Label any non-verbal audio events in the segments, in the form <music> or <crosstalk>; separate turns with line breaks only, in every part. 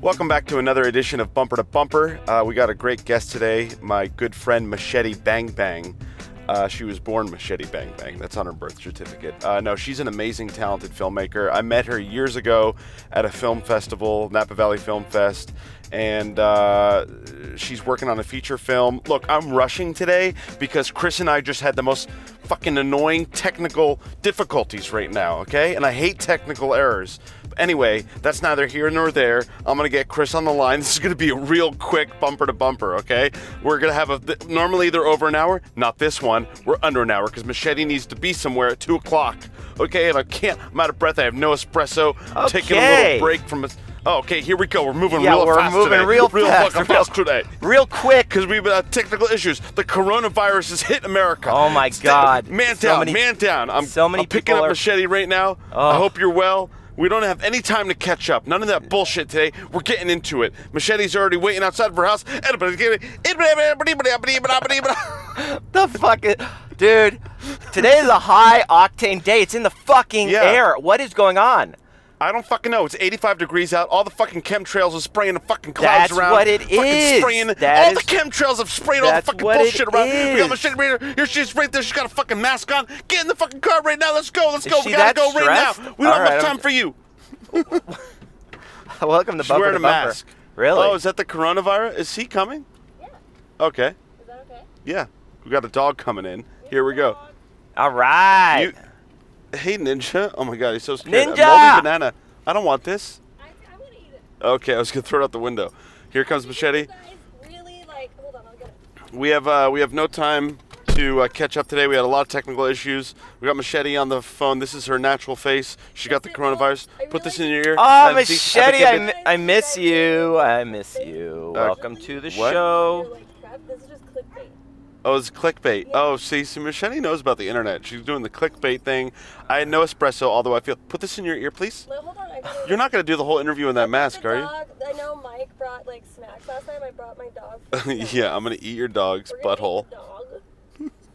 Welcome back to another edition of Bumper to Bumper. Uh, we got a great guest today, my good friend Machete Bang Bang. Uh, she was born Machete Bang Bang. That's on her birth certificate. Uh, no, she's an amazing, talented filmmaker. I met her years ago at a film festival, Napa Valley Film Fest, and uh, she's working on a feature film. Look, I'm rushing today because Chris and I just had the most fucking annoying technical difficulties right now, okay? And I hate technical errors. But anyway, that's neither here nor there. I'm gonna get Chris on the line. <laughs> This is gonna be a real quick bumper to bumper, okay? We're gonna have a. Th- normally they're over an hour, not this one. We're under an hour because Machete needs to be somewhere at 2 o'clock, okay? And I can't, I'm out of breath, I have no espresso. I'm taking a little
Okay.
break from. A, Oh, okay, here we go. We're moving
Yeah,
real
we're
fast
moving
today.
real fast, <laughs>
fucking
real-
fast today.
Real quick.
Because we've got technical issues. The coronavirus has hit America.
Oh my
Sta-
God.
Man
So
down,
many-
man down. I'm,
so many
I'm picking
people
up
are-
machete right now. I
Ugh.
hope you're well. We don't have any time to catch up. None of that bullshit today. We're getting into it. Machete's already waiting outside of her house.
The fuck is, dude? Today is a high octane day. It's in the fucking
Yeah.
air. What is going on?
I don't fucking know. It's 85 degrees out. All the fucking chemtrails are spraying the fucking clouds
That's
around.
what it
fucking
is.
Spraying
That
all
is-
the chemtrails have sprayed all the
That's
fucking
what it
bullshit around. We got
is.
machete right here. Here she's right there. She's got a fucking mask on. Get in the fucking car right now. Let's go. Let's
Is
go.
she
We gotta
that
go right now.
stressed?
We don't
All
have
right,
time
I'm-
for you.
<laughs> Welcome to
She's
Bumper
wearing
to
a
Bumper.
mask.
Really?
Oh, is that the coronavirus? Is he coming?
Yeah.
Okay.
Is that okay?
Yeah. We got a dog coming in. Here we go.
All right.
You. Hey, Ninja. Oh my god, he's so scared. A
Ninja!
moldy banana. I don't want this.
I, I'm gonna eat it.
Okay, I was gonna <laughs> throw it out the window. Here comes
You
Machete.
guys really like. Hold on, I'll get it.
We have uh, we have no time to uh, catch up today. We had a lot of technical issues. We got Machete on the phone. This is her natural face. She got the coronavirus. Put this in your ear.
oh,
And see-
Machete,
I
I,
think
mi- I miss you. I miss you.
Uh,
Welcome to the
what?
You're
show.
like, crap, this is just clickbait.
Oh, it's clickbait. Oh, see, see, Machete knows about the internet. She's doing the clickbait thing. I had no espresso, although I feel. Put this in your ear, please.
No, hold on. I gotta-
You're not gonna do the whole interview in that mask,
the
are you?
dog, I know Mike brought like snacks last time. I brought my
<laughs>
dog.
yeah, I'm gonna eat your dog's
We're gonna eat
butthole.
the Dog.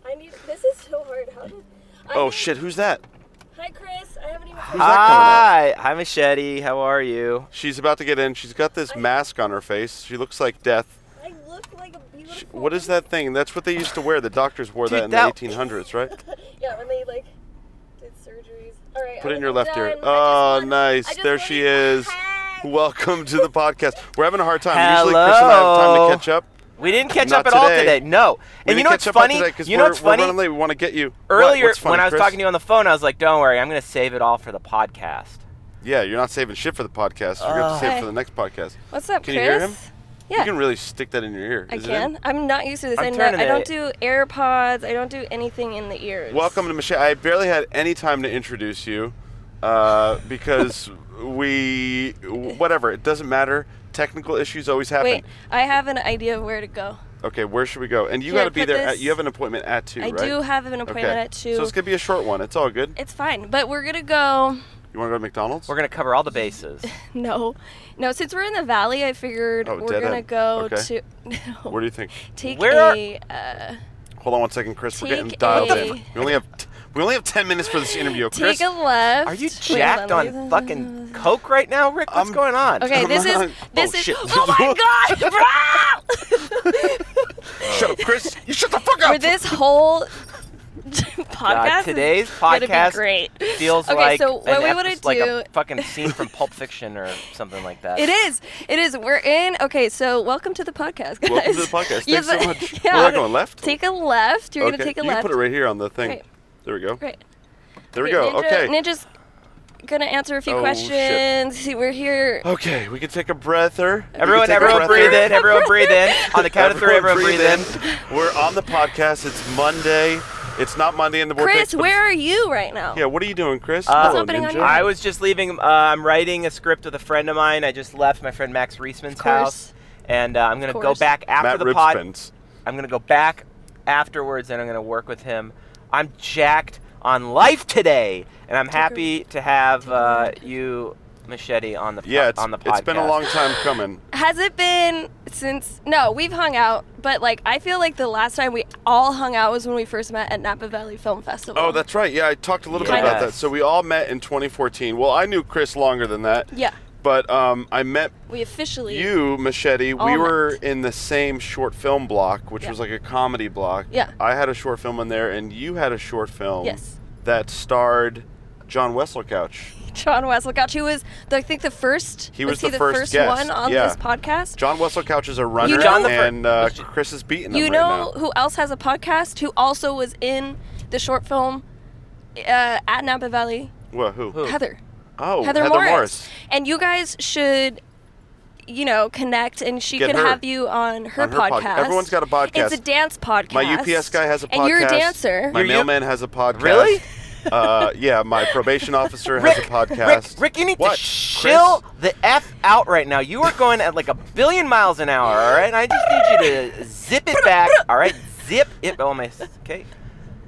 I need. This is so hard. How did? I
Oh
need-
shit, who's that?
Hi, Chris. I haven't even.
that
Hi. Hi, Machete. How are you?
She's about to get in. She's got this mask on her face. She looks like death.
I look like a
Sh-
beautiful.
What is that thing? That's what they used to wear. The doctors wore
Dude,
that in
that-
the 1800s, right?
yeah, when they like did surgeries. All right.
Put
I'm
it in your left
done. I
ear.
just
Oh,
wanted- I
nice.
just
There she
wanted-
is.
Hi.
Welcome to the podcast. We're having a hard time. Usually, Chris and I have time
Hello.
to catch up.
We didn't catch
Not
up at all
today.
today. No.
We
and you
didn't
know
catch
what's
up on
funny?
today 'cause
you know
we're-
what's
we're
funny?
running late. We want to get you What?
Earlier,
What's funny,
when I was
Chris?
talking to you on the phone, I was like, "Don't worry, I'm gonna save it all for the podcast."
Yeah, you're not saving shit for the podcast. You're going to
Ugh.
save it
Hey.
for the next podcast.
Uh,
What's up,
Can you
Chris?
hear him?
Yeah,
You can really stick that in your ear.
I
Is it in?
can. I'm not used to this.
I'm
I, know,
turning
I don't
it.
do AirPods. I don't do anything in the ears.
Welcome to Michelle. I barely had any time to introduce you uh, because we, whatever, it doesn't matter. Technical issues always happen.
Wait, I have an idea of where to go.
Okay, where should we go? And you
Here,
got to be
put
there. At,
this-
you have an appointment at two,
I
right?
do have an appointment
okay.
at two.
So it's gonna be a short one. It's all good.
it's fine, but we're gonna go.
You want to go to McDonald's?
We're gonna cover all the bases.
No, no. Since we're in the valley, I figured
Oh,
we're
dead
gonna
end.
go
Okay.
to. <laughs>
Where do you think?
take
Where are-
a. Uh,
Hold on one second, Chris. We're getting
Take
dialed
a-
in. We only have t- we only have ten minutes for this interview, Chris.
take a left.
Are you
<laughs> Wait, hold
jacked
on,
on,
let me-
fucking coke right now, Rick? What's
I'm-
going on?
Okay,
Come
this
on.
is
<laughs>
this
Oh,
is.
shit.
Oh my
<laughs>
God, bro!
Shut up,
<laughs>
Chris. You shut the fuck up.
<laughs>
For this whole
God,
podcast, is
today's
<laughs> gonna be
podcast
great.
feels
okay,
like
so what
an
we
ep-
want to
it's like
do
a fucking
<laughs>
scene from Pulp Fiction or something like that.
It is. It is. We're in. Okay, so welcome to the podcast, guys.
Welcome to the podcast. Thanks
Yeah,
so
but-
much.
<laughs> yeah.
We're not going left.
Take a left. You're
okay.
gonna take a
you
left.
can put it right here on the thing.
Right.
There we go.
Right.
There we go.
Ninja,
okay.
Ninja's gonna answer a few
Oh, shit.
questions. See,
<gasps>
we're here.
Okay, we can take a breather. We can
Everyone,
take a
everyone,
breather.
breathe in.
<laughs>
Everyone, breathe in. On the count of three, everyone, breathe in.
We're on the podcast. It's Monday. It's not Monday in the vortex.
Chris,
but
where are you right now?
it's- Yeah, what are you doing, Chris?
Uh,
Hello,
happening on
Ninja.
your-
I was just leaving. Uh, I'm writing a script with a friend of mine. I just left my friend Max Reisman's
course.
house, and uh, I'm gonna go
course.
back after
Matt
the pod.
Ripspins.
I'm gonna go back afterwards, and I'm gonna work with him. I'm jacked on life today, and I'm happy to have uh, you, Machete, on the po-
Yeah, it's,
on the podcast.
it's been a long time coming.
Has it been since? No, we've hung out, but like I feel like the last time we all hung out was when we first met at Napa Valley Film Festival.
Oh, that's right. Yeah, I talked a little bit
Yes.
about that. So we all met in 2014. Well, I knew Chris longer than that.
yeah.
But um, I met
We officially.
you, Machete.
All
we were
met.
in the same short film block, which
Yeah.
was like a comedy block.
Yeah.
I had a short film in there, and you had a short film.
Yes.
That starred John Wesselcouch.
John Wesselcouch, who was, the, I think, the first.
He
was
was the
the
first
first
guest,
one on
yeah.
this podcast.
John Wesselcouch is a runner,
John the fir-
and uh,
was J-
Chris is beating him
you
right
know
now.
who else has a podcast? Who also was in the short film uh, at Napa Valley?
Wha- who?
Who?
Heather.
Oh,
Heather,
Morris.
Morris. And you guys should, you know, connect, and she
Get
could
her.
have you on her
On her podca-
podcast.
everyone's got a podcast.
It's a dance podcast.
My UPS guy has a podcast.
And you're a dancer.
My
You're you-
mailman has a podcast.
Really?
<laughs> Uh, yeah, my probation officer has a podcast.
Rick, Rick, you need
What?
to
Chris?
chill the f out right now. You are going at like a billion miles an hour, all right? And I just need you to zip it back, all right? Zip it. Oh my. Okay.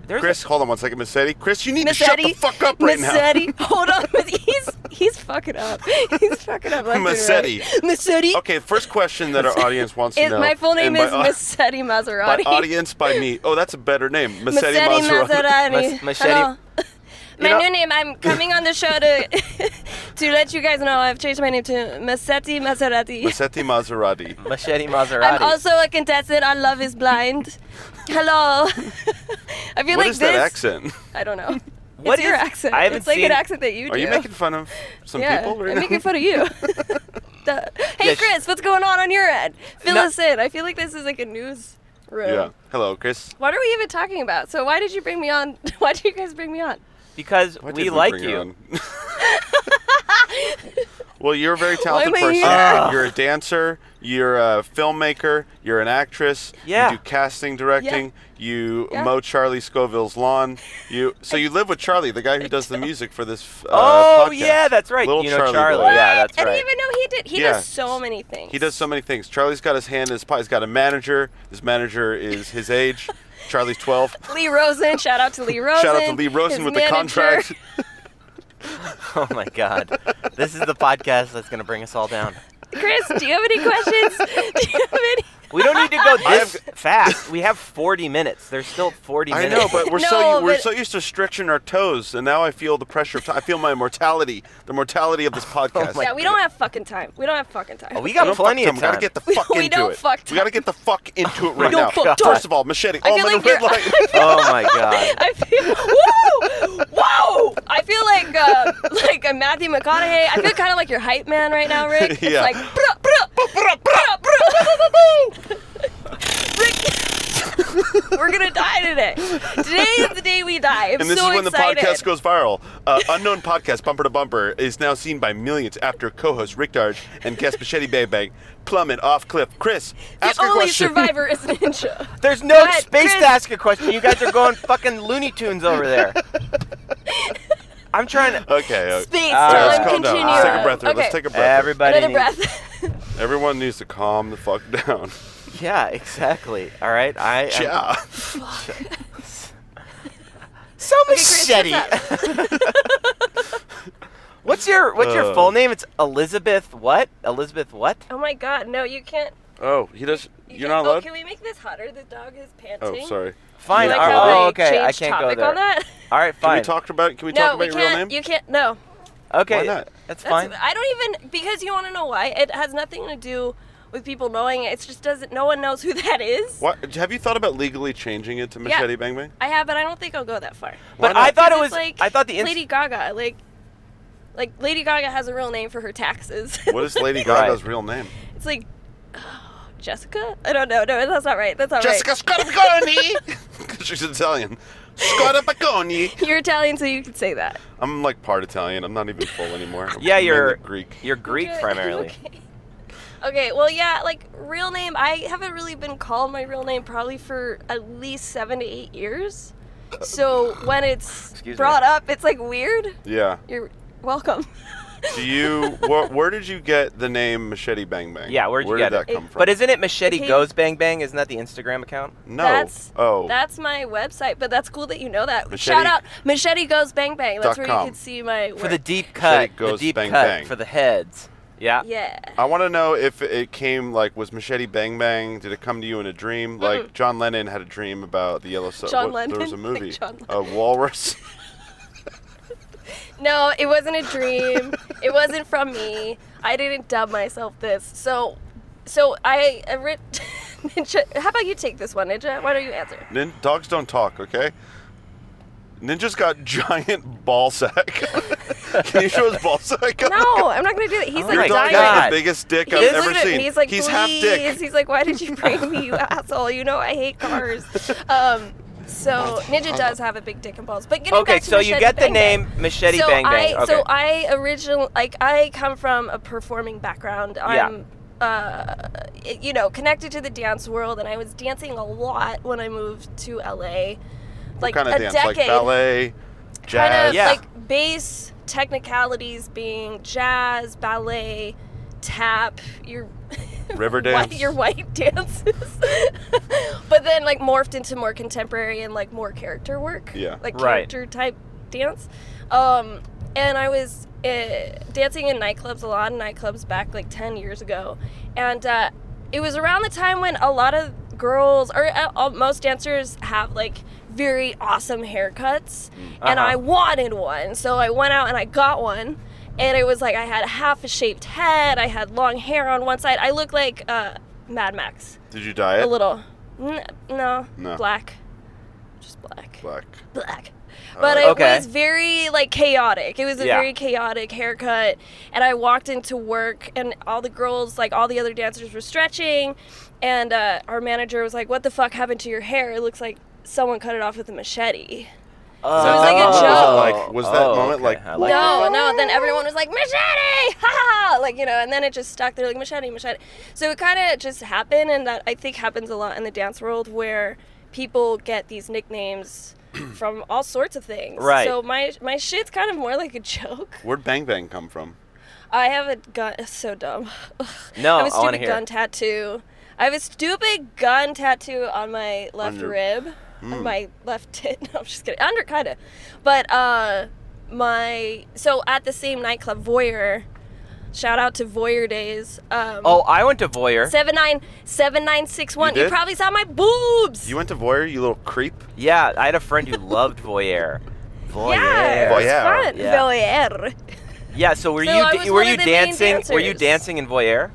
There's
Chris, hold on one second, Miss Eddie. Chris, you need
Miss
to shut
Eddie,
the fuck up right
Miss
now. <laughs>
Eddie, hold on. <laughs> He's he's fucking up. He's fucking up. left and right.
Massetti.
Massetti.
Okay, first question that our audience wants to
It-
know.
my full
and
name
by
is
au-
Massetti
By
Maserati.
audience, by me. Oh, that's a better name. Massetti
Massetti
<laughs> Maserati.
Maserati.
Mas- Massetti- <laughs>
Hello. My
know-
new
<laughs>
name. I'm coming on the show to <laughs> to let you guys know I've changed my name to Massetti Maserati.
Massetti
<laughs>
Maserati.
Machete Maserati.
I'm also a contestant on Love Is Blind. Hello. <laughs> I feel
What
like
is
this.
that accent?
I don't know.
What
it's your
is-
accent.
I haven't
it's like
seen-
an accent that you do.
Are you making fun of some
yeah,
people right
I'm
now?
making fun
<laughs>
of you. <laughs> Duh. hey,
Yeah, sh-
Chris, what's going on on your end? Fill
No-
us in. I feel like this is like a news room.
yeah. Hello, Chris.
What are we even talking about? So why did you bring me on? <laughs> Why did you guys bring me on?
because
Why
we,
did
like
bring
you. <laughs>
on? well, you're a very talented
am I
person.
here?
Ah.
You're a dancer. You're a filmmaker. You're an actress.
Yeah.
You do casting, directing. You
Yeah.
mow Charlie Scoville's lawn. You so you live with Charlie, the guy who does the music for this. f- Uh,
Oh
podcast.
yeah, that's right.
Little
you know
Charlie
Charlie.
boy.
Yeah, that's
I
right.
didn't even know he did. He
Yeah.
does so many things.
He does so many things. Charlie's got his hand in his pot. He's got a manager. His manager is his age. Charlie's 12.
Lee Rosen. Shout out to Lee
<laughs>
Rosen.
Shout out to Lee Rosen
his
with
manager.
the contract.
<laughs> Oh my God. this is the podcast that's gonna bring us all down.
<laughs> Chris, do you have any questions? <laughs> do you
<laughs>
have any?
We don't need to
<laughs>
go this fast. We have 40 minutes. There's still 40
I
minutes.
know, but
<laughs>
we're so
No,
we're
but-
so used to stretching our toes, and now I feel the pressure. Of time. I feel my mortality, the mortality of <laughs> this podcast.
my
yeah, we don't have fucking time. We don't have fucking time.
Oh, we
We
got
don't
plenty
Oh fuck
of
time.
time.
We gotta get the fuck
We
into
don't
it.
fuck
We gotta get the
<laughs>
fuck into it right
don't
now. First
fuck time.
of all, machete.
I
oh,
feel
I'm in
like
a red
you're- <laughs>
light.
oh my God.
I feel woo, whoa. I feel like uh, like a Matthew McConaughey. I feel kind of like your hype man right now, Rick. It's
Yeah.
like bruh, bruh, bruh, bruh, bruh, bruh, bruh, bruh. Rick, we're gonna die today. Today is the day we die. I'm
And this
so
is when
excited.
the podcast goes viral. Uh, unknown podcast bumper to bumper is now seen by millions after co-host Rick Darge and guest Machete Bang Bang plummet off cliff. Chris, ask
the
a
only
question. Uh,
survivor is Ninja.
There's no
ahead,
space
Chris.
to ask a question. You guys are going fucking Looney Tunes over
<laughs>
there. I'm trying
<laughs>
to.
Okay. uh, okay.
Space
All right,
Let's
time
I'm
calm
continuum.
down. Let's take a breath. here.
Okay.
Let's take a breath. here.
Everybody.
Another
needs-
<laughs>
breath.
Everyone needs to calm the fuck down.
Yeah, exactly. All right. I. am-
<laughs> Yeah.
<laughs>
So
Chris,
machete.
what's
<laughs>
<laughs>
what's your What's your
Uh.
full name? It's Elizabeth. What? Elizabeth. What?
oh my god, no, you can't.
Oh, he does. You're
You can't-
not
Oh,
allowed.
can we make this hotter? The dog is panting.
Oh, sorry.
Fine.
Like
all right.
how they
oh, okay. I
changed
can't go
topic
there.
<laughs>
on that.
All right.
Can
Fine.
we talk about? Can we
no,
talk about
we
your
can't.
real name?
You can't. No,
okay.
Why not?
That's
that's,
fine.
I don't even because you want to know why. It has nothing to do with people knowing it. It's just doesn't. No one knows who <laughs> that is.
What, have you thought about legally changing it to
Yeah.
Machete Bang Bang?
I have, but I don't think I'll go that far.
Why
But I
not?
thought it
'Cause
was.
it's like
I thought the. Inst-
Lady Gaga, like, like Lady Gaga has a real name for her taxes.
What is Lady
Right.
Gaga's real name?
<laughs> it's like <gasps> oh, Jessica. I don't know. No, that's not right. That's not
Jessica <laughs>
<laughs>
Scarpiconi. She's Italian. Scarpiconi.
right. You're Italian, so you can say that.
I'm like part Italian. I'm not even full anymore. I'm
<laughs> yeah,
mainly
you're
Greek.
You're Greek
Okay,
primarily.
<laughs> Okay. Okay, well, yeah, like real name. I haven't really been called my real name probably for at least seven to eight years. So
<coughs>
when it's
Excuse me.
brought up, it's like weird.
Yeah.
You're welcome. <laughs>
Do you? Wh- where did you get the name Machete Bang Bang?
Yeah, where'd you
where
get
did
it?
that come from?
But isn't it Machete
Okay.
Goes Bang Bang? Isn't that the Instagram account?
no.
That's,
oh,
That's my website, but that's cool that you know that.
Machete-
Shout out Machete Goes Bang Bang.
Dot
That's where
com.
you can see my work.
For the deep cut.
Goes
the deep
Bang
cut
Bang.
for the heads. Yeah.
yeah.
I want to know if it came like was Machete Bang Bang? Did it come to you in a dream? Like John Lennon had a dream about the yellow. So-
Mm. John
what- There was a
Lennon? <laughs> Like
movie.
John
a
<laughs>
walrus.
No, it wasn't a dream. it wasn't from me. I didn't dub myself this. So, so I uh, writ. <laughs> Ninja, how about you take this one, Ninja? Why don't you answer?
Nin- dogs don't talk, okay? Ninja's got <laughs> giant ball sack. <laughs> Can you show his ball sack?
No, I'm not gonna do that. He's
Oh
Your
like
dog
dying.
has
God.
the biggest dick
He's
I've
looking
ever
at me,
seen.
He's like,
he's
please.
half dick.
He's like, why did you bring me, you asshole? You know I
<laughs>
hate cars. Um, so Ninja does have a big dick and balls. But getting
Okay,
back to
so you
Machete
get the
Bang Bang.
name Machete
so
Bang Bang.
I,
okay.
So I originally, like, I come from a performing background. I'm, uh, it- you know, connected to the dance world, and I was dancing a lot when I moved to LA.
What
Like
kind of
a
dance?
decade.
Like ballet, jazz.
<laughs> Kind of <laughs>
Yeah.
like bass technicalities being jazz, ballet, tap, your <laughs>
River
white-
dance.
your white <laughs> dances. but then like morphed into more contemporary and like more character work.
Yeah.
Like
Right.
character type dance. Um, and I was uh, dancing in nightclubs a lot, in nightclubs back like 10 years ago. And uh, it was around the time when a lot of girls, or uh, uh, most dancers, have like very awesome haircuts. And
Uh-huh.
I wanted one. So I went out and I got one. And it was like I had a half a shaved head, I had long hair on one side. I looked like uh, Mad Max
Did you dye
a
it?
little. N- no,
Eh? No.
black. Just black
Black.
black. But it
Oh, Okay.
was very like chaotic. It was a
Yeah.
very chaotic haircut, and I walked into work, and all the girls, like all the other dancers, were stretching, and uh, our manager was like, "What the fuck happened to your hair? It looks like someone cut it off with a machete."
oh,
it was like a
Was it like- was that
oh,
moment
okay,
like,
I
no,
that.
no. Then everyone was like, machete! <laughs> Ha ha! Like, you know, and then it just stuck. They're like, machete, machete. So it kind of just happened, and that I think happens a lot in the dance world where people get these nicknames <clears throat> from all sorts of things.
Right.
So my, my shit's kind of more like a joke.
Where'd Bang Bang come from?
I have a gun. It's so dumb. <laughs>
No,
I have a
I wanna
stupid
hear it.
gun tattoo. I have a stupid gun tattoo on my left
On your-
rib,
Hmm.
on my left <laughs> tit. No, I'm just kidding. Under kind of, but uh, my so at the same nightclub Voyeur. Shout out to Voyeur Days. Um,
<laughs> Oh, I went to Voyeur.
seven nine seven nine six one.
You
You,
did?
probably saw my boobs.
You went to Voyeur, you little creep.
Yeah, I had a friend who loved Voyeur. Voyeur.
yeah,
Voyeur.
It's fun.
Yeah.
Voyeur. <laughs>
Yeah, so were
So
you
I
da-
was
were
one
you
of the main
dancing? Were you
dancers.
dancing in Voyeur?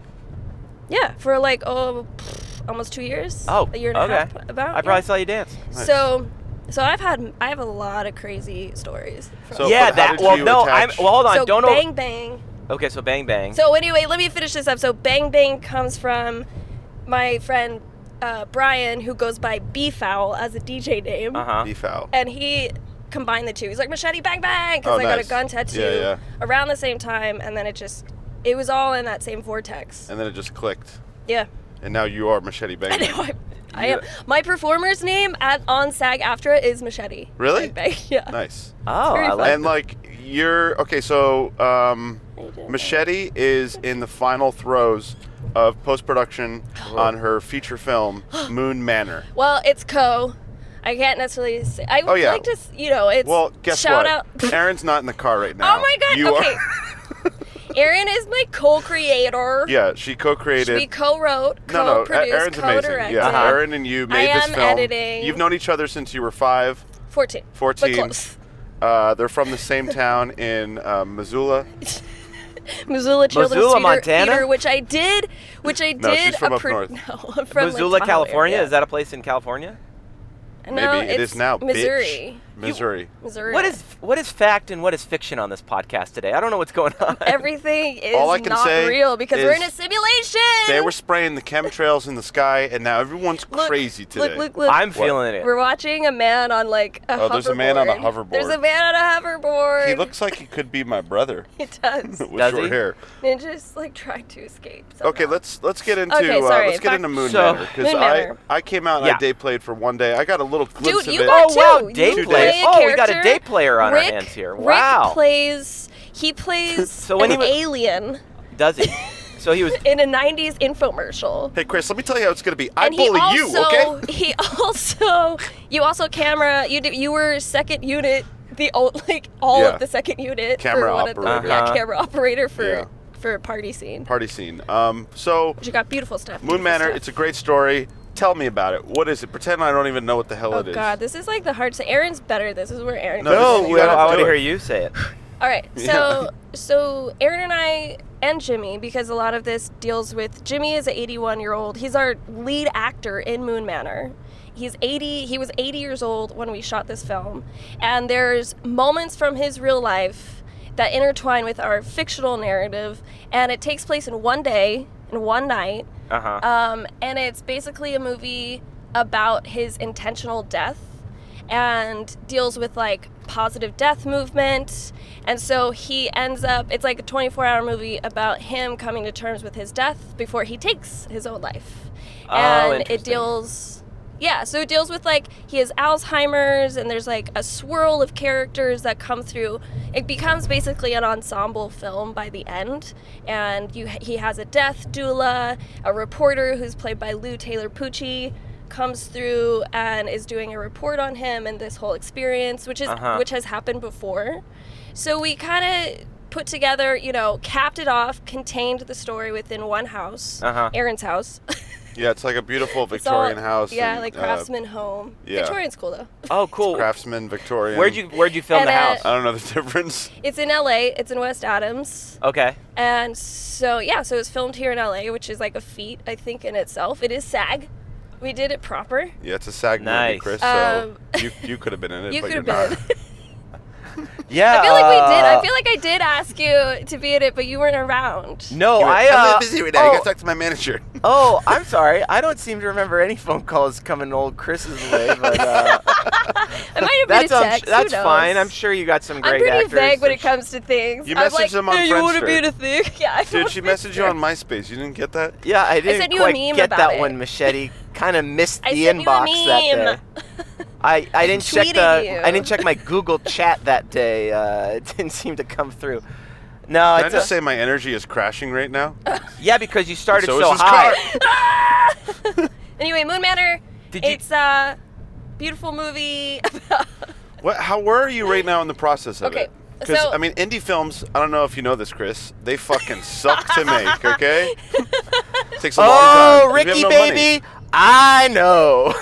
Yeah, for like oh, pff, almost two years.
Oh,
a year and
okay.
a half. About
I
Oh, yeah.
probably saw you dance.
Nice.
So, so I've had I have a lot of crazy stories. from-
So-
yeah,
but how
that.
did
Well,
you
no,
attach-
I'm. Well, hold on.
so
don't
bang
know.
bang.
Okay, so bang bang.
So anyway, let me finish this up. So bang bang comes from my friend uh, Brian, who goes by Beefowl as a DJ name,
uh huh.
Beef out.
and he combined the two. He's like machete bang bang because
Oh,
I got
nice.
a gun tattoo
Yeah, yeah.
around the same time, and then it just it was all in that same vortex.
And then it just clicked.
Yeah. <laughs>
And now you are Machete
I
Bang.
know. I, I am. My performer's name at on SAG AFTRA is Machete.
Really?
Bang Bang, Yeah.
Nice.
Oh, I
very
like.
and like you're okay, so um,
How you doing,
Machete is in the final throes of post production
Oh.
on her feature
<gasps>
film Moon Manor.
Well, it's co. I can't necessarily say. I would
Oh, yeah.
like to, s- you know, it's
Well, guess
shout
what?
out. <laughs>
Aaron's not in the car right now.
Oh my god!
You <laughs>
okay.
Are,
Erin is my co-creator.
yeah, she co-created.
We co-wrote,
no, no,
co-produced,
A- Aaron's
co-directed.
amazing. Yeah,
Uh-huh.
Aaron and you made
I
this
am
film.
editing.
You've known each other since you were five.
Fourteen.
14.
But close.
Uh, they're from the same town in uh, Missoula.
Missoula Children's
Missoula,
Theater,
Montana?
Theater, which I did, which I did.
<laughs> No, she's from
a
up north.
<laughs> No, I'm from like,
Missoula,
Tahoe
California.
area.
Is that a place in California?
No,
Maybe it
it's
is now. bitch.
Missouri.
Missouri.
Missouri.
What is what is fact and what is fiction on this podcast today? I don't know what's going on.
Everything is
All I can
not
say
real because we're
is
in a simulation.
They were spraying the chemtrails in the sky, and now everyone's
Look,
crazy today.
Look, look, look.
I'm feeling it.
We're watching a man on like a
Oh,
hoverboard.
there's a man on a hoverboard.
There's a man on a hoverboard.
He looks like he could be my brother
<laughs>
<laughs>
He does.
with
Does
short
he?
hair.
Ninja's like trying to escape. somehow.
Okay, let's let's get into
Okay,
uh,
sorry,
let's get
back-
into Moon
So-
Manor because
Moon
I
Manor.
I came out and I
Yeah.
day played for one day. I got a little glimpse
Dude,
of
you
it.
got
oh wow,
two.
day
You
player.
play
a
oh, we got a
character.
day player on
Rick,
our hands here.
Rick
Wow.
plays.
<laughs>
He plays
So when
an
he wa-
alien
Does <laughs> he? So he was.
in a '90s infomercial.
Hey Chris, let me tell you how it's gonna be. I
and
bully
he
you, okay?
also, <laughs> He also, you also camera. You do, you were second unit. The old, like all
Yeah.
of the second unit.
Camera
for one of the-
operator.
Uh-huh.
yeah, camera operator for
Yeah.
for a party scene.
Party scene. Um, so
But you got beautiful stuff.
Moon
beautiful
Manor,
stuff.
it's a great story. Tell me about it. What is it? Pretend I don't even know what the hell
Oh
it is.
God, this is like the hard. So Aaron's better. This is where Aaron.
No,
comes
this
in.
is-
no, Oh, I <laughs>
gotta
want to
do
hear
it.
you say it.
All right. So so Aaron and I and Jimmy because a lot of this deals with Jimmy is an 81 year old. He's our lead actor in Moon Manor. He's 80. He was 80 years old when we shot this film, and there's moments from his real life that intertwine with our fictional narrative, and it takes place in one day, in one night,
Uh huh.
um, and it's basically a movie about his intentional death and deals with like positive death movement. And so he ends up, it's like a 24 hour movie about him coming to terms with his death before he takes his own life.
Oh,
and it
interesting.
deals, yeah, so it deals with like he has Alzheimer's and there's like a swirl of characters that come through. It becomes basically an ensemble film by the end. And you, he has a death doula, a reporter who's played by Lou Taylor Pucci comes through and is doing a report on him and this whole experience, which is
Uh-huh.
which has happened before. So we kind of put together, you know, capped it off, contained the story within one house,
Uh-huh.
Aaron's house. <laughs>
Yeah, it's like a beautiful
It's all-
Victorian house.
Yeah,
and,
like
uh,
craftsman home.
yeah.
Victorian's cool though.
Oh, cool.
craftsman Victorian.
Where'd you Where'd you film
And,
the
uh,
house?
I don't know the <laughs> difference.
It's in LA. It's in West Adams.
Okay.
And so yeah, so it was filmed here in LA, which is like a feat I think in itself. It is SAG. We did it proper.
Yeah, it's a SAG movie,
Nice.
Chris. So
Um,
you you could have been in it,
<laughs> You
but
could
you're
have
not. <laughs>
been.
Yeah.
I feel like we did. I
uh,
feel like I did ask you to be in it, but you weren't around.
No,
You were, I'm
I.
really
Uh,
busy right now.
oh,
I got to talk to my manager.
<laughs> oh, I'm sorry. I don't seem to remember any phone calls coming old Chris's way, but <laughs> uh,
I might have been
that's
a
um,
text. Who
that's
knows?
fine. I'm sure you got some
I'm
great
pretty
actors.
vague when
I'm
it comes to things.
You
I'm
messaged
like,
them on
"Hey, you wanna be in
Friendster."
a thing? <laughs> Yeah. I
Dude,
don't
she
think
messaged you
so.
on MySpace. You didn't get that?
Yeah, I didn't
sent you a
quite
meme
get
about
that
it.
one.
<laughs>
Machete kind of missed
I
the
sent you a
inbox that
meme.
day.
<laughs>
I, I didn't check
Tweeted
the
you.
I didn't check my
<laughs>
Google chat that day. Uh, it didn't seem to come through.
Can
No,
I
it's
just
a,
say my energy is crashing right now?
yeah because you started
So
so,
is this
high.
<laughs> Anyway, Moon Manor.
Did you-
It's a beautiful movie. about- <laughs>
What? How? Where are you right now in the process of
Okay,
it? Because
so-
I mean, indie films. I don't know if you know this, Chris. They fucking suck to
<laughs>
make. Okay. Takes a long
Oh,
time. We
Ricky
have no money.
baby, I
<laughs>
know.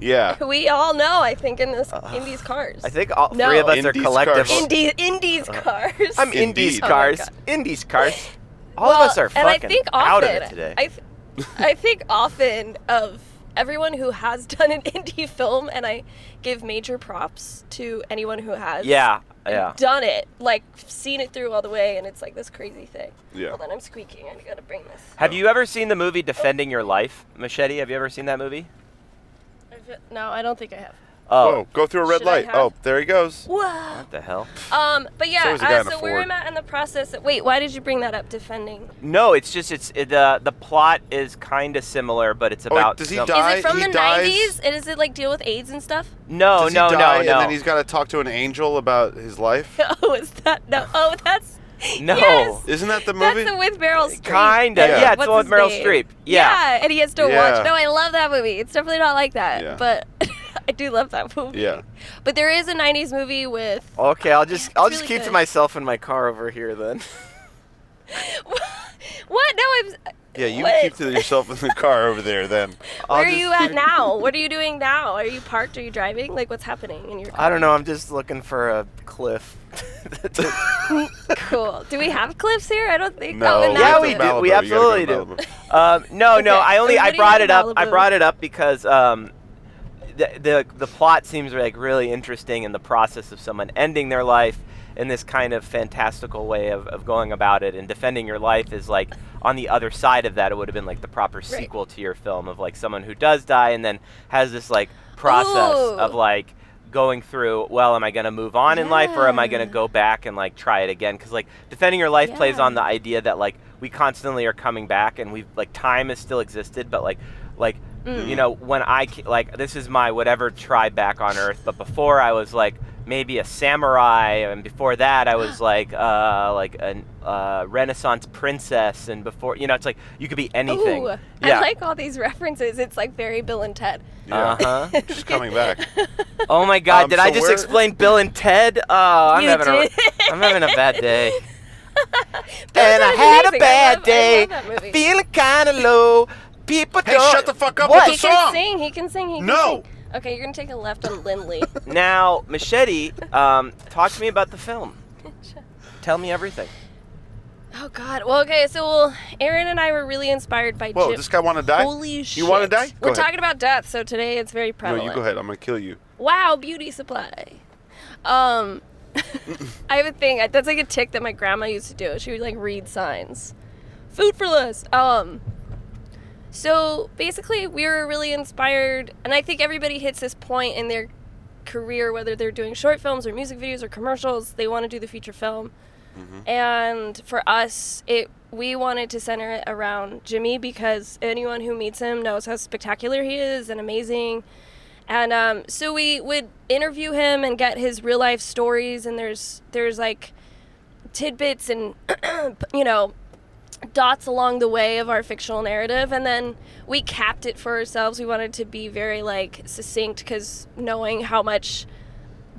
Yeah.
we all know, I think, in this Indies cars.
I think all
No.
three of us are
Indies
collectively.
cars.
Indie, Indies cars.
I'm Indies
Indeed. Oh my
cars.
God.
Indies cars.
<laughs>
All
Well,
of us are
and I
fucking
think often,
out of it today.
I, th- I think often of everyone who has <laughs> done an indie film, and I give major props to anyone who has.
yeah, yeah.
Done it, like seen it through all the way, and it's like this crazy thing.
Yeah.
Hold on, I'm squeaking. I gotta bring this.
Have you ever seen the movie Defending Your Life, Machete? Have you ever seen that movie?
I feel- No, I don't think I have.
Oh, go through a red
Should I
light.
have-
Oh, there he goes.
Whoa.
what the hell?
Um, but yeah,
always a guy
uh,
in a
so where
Ford.
I'm at in the process. Wait, why did you bring that up? Defending.
No, it's just it's it, uh, the plot is kind of similar, but it's
wait,
about.
does he
some-
die?
Is it from
he
the
dies-
90s? And does it like deal with AIDS and stuff? <laughs>
No,
Does he
Oh, no,
die,
no,
And
no.
then he's got to talk to an angel about his
<laughs>
life.
Oh, is that no? Oh, that's
No.
Yes.
Isn't that the movie?
That's the with Meryl Streep.
Kinda,
Uh,
yeah,
it's the one
his
with Meryl
name?
Streep. Yeah.
and he has to
Yeah.
watch. No, I love that movie. It's definitely not like that,
Yeah.
but <laughs> I do love that movie.
Yeah.
But there is a '90s movie with.
Okay, I'll just
It's
I'll just
really
keep to
good.
myself in my car over here then.
<laughs> what? No, I'm.
Oh. yeah, you
what?
keep to yourself in the car over there
<laughs>
then.
I'll
Where are
just-
you at now? What are you doing now? Are you parked? Are you driving? Like, what's happening in your car?
I don't know. I'm just looking for a
<laughs>
cliff. <laughs>
Cool. Do we have cliffs here? I don't think.
No.
Oh, in
yeah,
Malibu.
we
Malibu.
do.
You
We
gotta go to
absolutely do.
Malibu.
Um, no, no.
Okay.
I only I
Everybody
brought
in
it up. I
Malibu.
brought it up because um, the, the the plot seems like really interesting in the process of someone ending their life in this kind of fantastical way of, of going about it and defending your life is like on the other side of that it would have been like the proper sequel to your film of like someone who does die and then has this like process of
Ooh.
like going through well am i going to move on in life or am i going to
Yeah.
go back and like try it again because like defending your life plays
Yeah.
on the idea that like we constantly are coming back and we've like time has still existed but like like
Mm.
you know when i ca- like this is my whatever tribe back on earth but before i was like maybe a samurai and before that i
<gasps>
was like uh like a uh, renaissance princess and before you know it's like you could be anything
Ooh,
yeah
I like all these references. It's like very Bill and Ted.
Yeah.
<laughs>
uh-huh
She's coming back.
oh my god
Um,
did
so
i just
where-
explain bill and ted oh i'm
You
having
did.
a i'm having a bad
<laughs>
day
Bill
and I
Ted is
had
amazing.
a bad
love-
day.
love that movie.
Feeling kind of low. People
Hey,
don't.
shut the fuck up
What?
with
He
the
can
song.
sing. He can sing. He can
No.
Sing. Okay, you're gonna take a left on
<laughs>
Lindley.
Now,
<laughs>
Machete, um, talk to me about the film. Tell me everything.
Oh God. Well, okay. So, well, Aaron and I were really inspired by.
Whoa,
Jim-
this guy want to die?
Holy shit!
wanna die? Go
We're
ahead.
talking about death, so today it's very
no,
prevalent.
you go ahead. I'm gonna kill you.
Wow, beauty supply. Um, <laughs> I have a thing. That's like a tick that my grandma used to do. She would like read signs. Food for less. Um. So basically, we were really inspired, and I think everybody hits this point in their career, whether they're doing short films or music videos or commercials, they want to do the feature film. And for us, it we wanted to center it around Jimmy because anyone who meets him knows how spectacular he is and amazing. And um, so we would interview him and get his real life stories. And there's there's like tidbits and <clears throat> you know dots along the way of our fictional narrative and then we capped it for ourselves we wanted to be very like succinct because knowing how much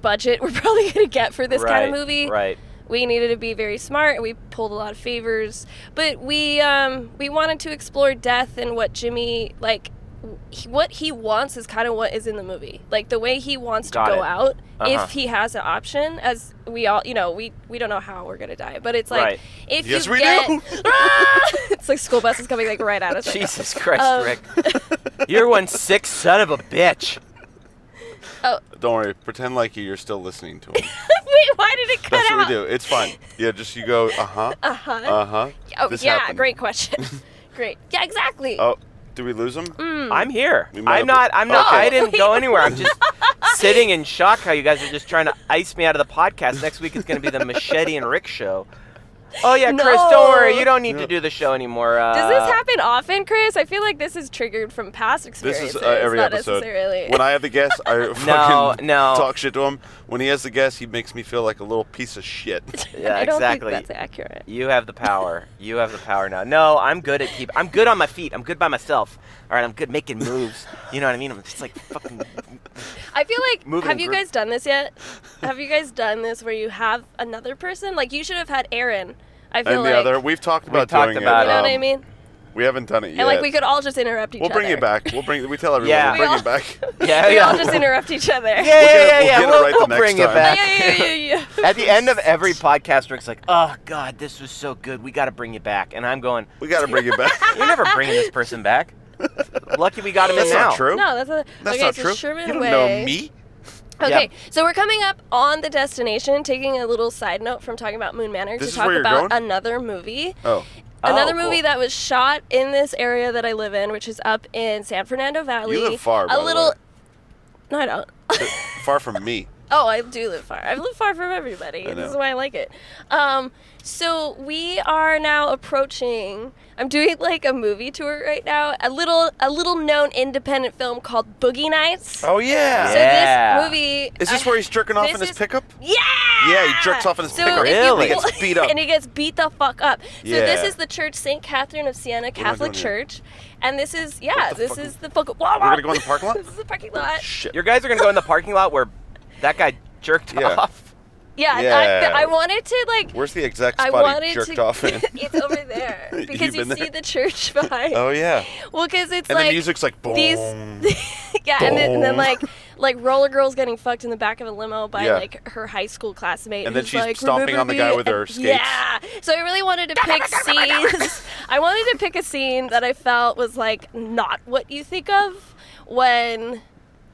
budget <laughs> we're probably going to get for this kind of
Right,
movie
Right.
we needed to be very smart and we pulled a lot of favors but we um, we wanted to explore death and what jimmy like w- he- what he wants is kind of what is in the movie like the way he wants
Got
to go
it.
out
Uh-huh.
if he has an option as we all you know we we don't know how we're gonna die but it's like
Right.
if
Yes,
you
we
get
do.
<laughs> Ah! it's like school bus is coming like right at us right now.
Jesus Christ,
Um,
Rick. You're one sick son of a bitch.
Don't worry. Pretend like you're still listening to
<laughs>
him.
<laughs> wait why did it cut
That's
out
what we do. It's fine. Yeah, just you go. Uh huh.
uh-huh
Uh huh.
oh
this
yeah
happened. <laughs>
great question great yeah exactly
Oh, do we lose him?
Mm,
I'm
Hmm.
here.
We might
I'm
have-
not. I'm not.
Okay.
I didn't
<laughs>
go anywhere. I'm just sitting in shock how you guys are just trying to ice me out of the podcast. Next week it's going to be the Machete and Rick show. Oh yeah, Chris,
No.
don't worry. You don't need
Yeah.
to do the show anymore. Uh,
Does this happen often, Chris? I feel like this is triggered from past
This
experiences.
is uh, every
not
episode.
Necessarily. <laughs>
When I have the guest, I fucking
No, no.
talk shit to him. When he has the guest, he makes me feel like a little piece of
<laughs>
shit.
Yeah,
I don't
exactly.
think that's accurate.
You have the power. You have the power now. No, I'm good at keep. I'm good on my feet. I'm good by myself. All right, I'm good making moves. You know what I mean? I'm just like fucking.
<laughs> I feel like
Moving
have you
group.
guys done
<laughs>
this yet? have you guys done this where you have another person? Like you should have had Aaron. I feel
and the
like
other, we've talked about
talked
doing
about
it.
you know what I
um,
mean?
We haven't done it yet.
And like we could all just interrupt each
We'll
other.
bring it back. We'll bring. We tell everyone.
<laughs> Yeah.
We'll
We
bring
all-
it back.
<laughs>
Yeah,
We
yeah.
all just interrupt each
<laughs>
other.
yeah,
We'll
yeah,
get
yeah,
it-
yeah.
we'll get it right the next
bring
time.
it back.
yeah, yeah,
<laughs>
yeah, yeah. yeah.
At the end of every podcast, Rick's like, "Oh God, this was so good. We got to bring you back." And I'm going,
We gotta bring it
<laughs>
back.
"You're never bringing this person back." Lucky we got him
That's
in now.
not true.
No, that's a,
That's
okay.
not
so
true.
Sherman
you don't
Way.
know me.
Okay,
Yep.
so we're coming up on the destination, taking a little side note from talking about Moon Manor
This
to
is
talk
where you're
about
going?
another movie.
Oh,
Oh,
Another movie
cool.
that was shot in this area that I live in, which is up in San Fernando Valley.
live far,
A
by the
little.
way.
No, I don't. <laughs>
far from me.
Oh, I do live far. I've lived far from everybody.
I
This is
know.
why I like it. Um, so we are now approaching. I'm doing like a movie tour right now. A little, a little known independent film called Boogie Nights.
Oh yeah.
So
Yeah.
this movie. uh,
Is this
I-
where he's jerking off
this
in his
is-
pickup?
Yeah.
Yeah, he jerks off in his
so
pickup.
if you
Really?
pull-
He gets beat up.
<laughs> and he gets beat the fuck up. So this
Yeah.
is the church St. Catherine of Siena
am I doing
Catholic
here?
Church, and this is yeah,
the
this
fuck-
is the fuck. Wah,
We're
wah.
gonna go in the
<laughs>
parking lot?
this is the parking lot.
Shit.
You guys are gonna go in the parking lot where that guy jerked
Yeah.
off.
Yeah,
Yeah.
I, I wanted to like.
Where's the exact
I
spot he
wanted
jerked
to.
off in?
<laughs> it's over
<laughs>
there
You've
because you
been
see
there?
the church <laughs> behind.
Oh yeah.
Well, because it's
And
like
the music's like boom.
these <laughs> yeah and then, and then
Boom.
like like roller girls getting fucked in the back of a limo by
Yeah.
like her high school classmate
And then
who's
she's
like,
stomping
"Remember
on the guy
me?"
with her
And-
skates.
<laughs> yeah so i really wanted to
<laughs>
pick scenes i wanted to pick a scene that i felt was like not what you think of when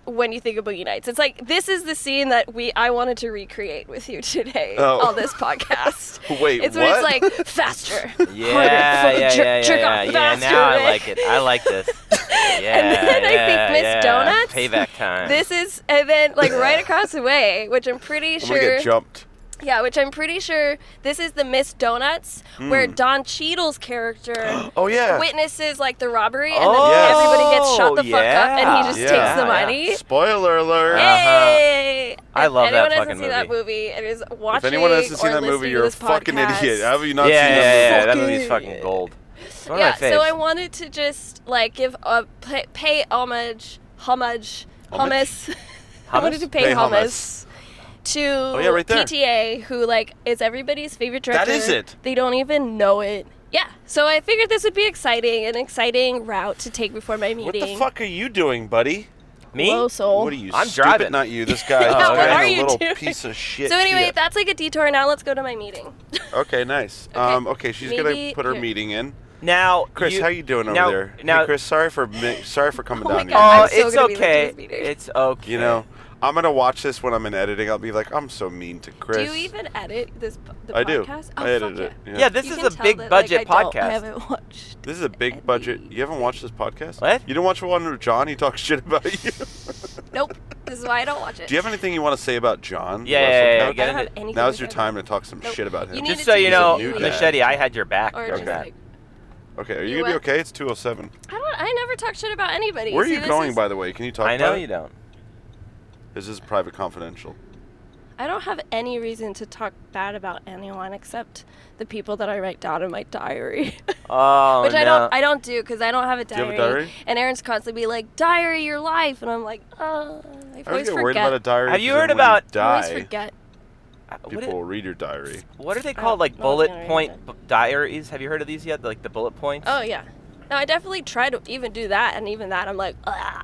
when you think of boogie nights it's like this is the scene that we i wanted to recreate with you today
Oh.
on this podcast
<laughs> <laughs> Wait,
it's when it's
<laughs> what?
like faster <laughs>
Yeah,
harder,
yeah,
fucking
yeah,
jerk,
yeah,
jerk
yeah.
off
yeah
faster,
now I
man.
like it. I like this. Yeah,
then I think
yeah,
Miss
yeah.
Donuts-
Payback time.
This is, and then like right across the way, which I'm pretty
I'm gonna
sure.
get jumped.
yeah, which I'm pretty sure this is the Miss Donuts, where Don Cheadle's character
Hmm. <gasps> Oh yeah.
witnesses like the robbery, and
Oh,
then everybody gets shot the fuck up, and
yeah.
he just
Yeah.
takes the
Yeah.
money.
Spoiler alert.
Yeah. Uh-huh.
Hey!
I
If
love that
anyone hasn't
fucking
seen that movie and is
If
watching
anyone hasn't seen
or
that
listening
movie,
to
you're a
this
fucking
podcast-
idiot. Have you
yeah,
not seen
yeah, yeah.
that
That
movie?
movie's fucking gold. It's one
yeah,
of my faves.
so I wanted to just like give a pay, pay homage, homage,
Homage?
hummus. <laughs> I wanted
Hummus?
to pay,
Pay Oh,
hummus. To
yeah, right there.
PTA, who like is everybody's favorite
That
director.
is it.
They don't even know it. Yeah. So I figured this would be exciting, an exciting route to take before my meeting.
What the fuck are you doing, buddy?
Me?
Low soul.
What are you?
I'm
stupid?
driving.
Not you. This
<laughs>
guy.
Yeah,
is
what
driving
are
a
you
little
doing?
piece of shit.
so anyway,
Kia.
that's like a detour. Now let's go to my meeting. <laughs>
Okay, nice.
Okay.
Um, okay, she's gonna
Maybe-
put her
here.
meeting in.
Now,
Chris, how you doing over
now-
there? Hey,
now-
Chris, sorry for mi- sorry for coming
Oh my
down here.
God.
Oh,
I'm still
it's
gonna be late to
okay.
this meeting.
It's okay.
You know, I'm gonna watch this when I'm in editing. I'll be like, I'm so mean to Chris.
do you even edit this po- the
I do.
podcast? Oh,
I edit
fuck
it.
yeah.
Yeah.
Yeah, this
You
is
can
a
tell
big
that, like,
budget
I don't- I
podcast.
haven't watched.
This is a big budget. You haven't watched this podcast?
What?
You didn't watch one where John? He talks shit about
<laughs>
you.
Nope. This is why I don't watch it.
do you have anything you want to say about John?
Yeah,
Russell
yeah, yeah,
Coates?
yeah,
I don't have
Now's
anything.
Now's
to
your
say
time to talk some
Nope.
shit about him.
You need
Just
to
so
do
you know,
He's a new guy.
Machete, I had your back.
about-
on
Or just
that.
like,
okay, are you,
You
gonna be
what?
okay? It's 2:07.
I don't. I never talk shit about anybody.
Where are
See,
you
this
going,
is-
by the way? Can you talk?
I know
about it?
you don't.
This is private, confidential.
I don't have any reason to talk bad about anyone except the people that I write down in my diary. <laughs>
Oh
Which
no.
I don't I don't do because I don't have a
you have
diary.
a diary?
And Aaron's constantly like, diary your life, and I'm like, oh, I
I always
always
get worried about a
forget.
diary.
Have you
'cause then
heard
when
about-
you
I always
die,
forget.
Uh, What,
people will read your diary?
i- what are they called? Like
No, I was
bullet
gonna read
point
it.
b- diaries? Have you heard of these yet? Like the bullet points?
Oh yeah. No, I definitely try to even do that, and even that, I'm like, ah.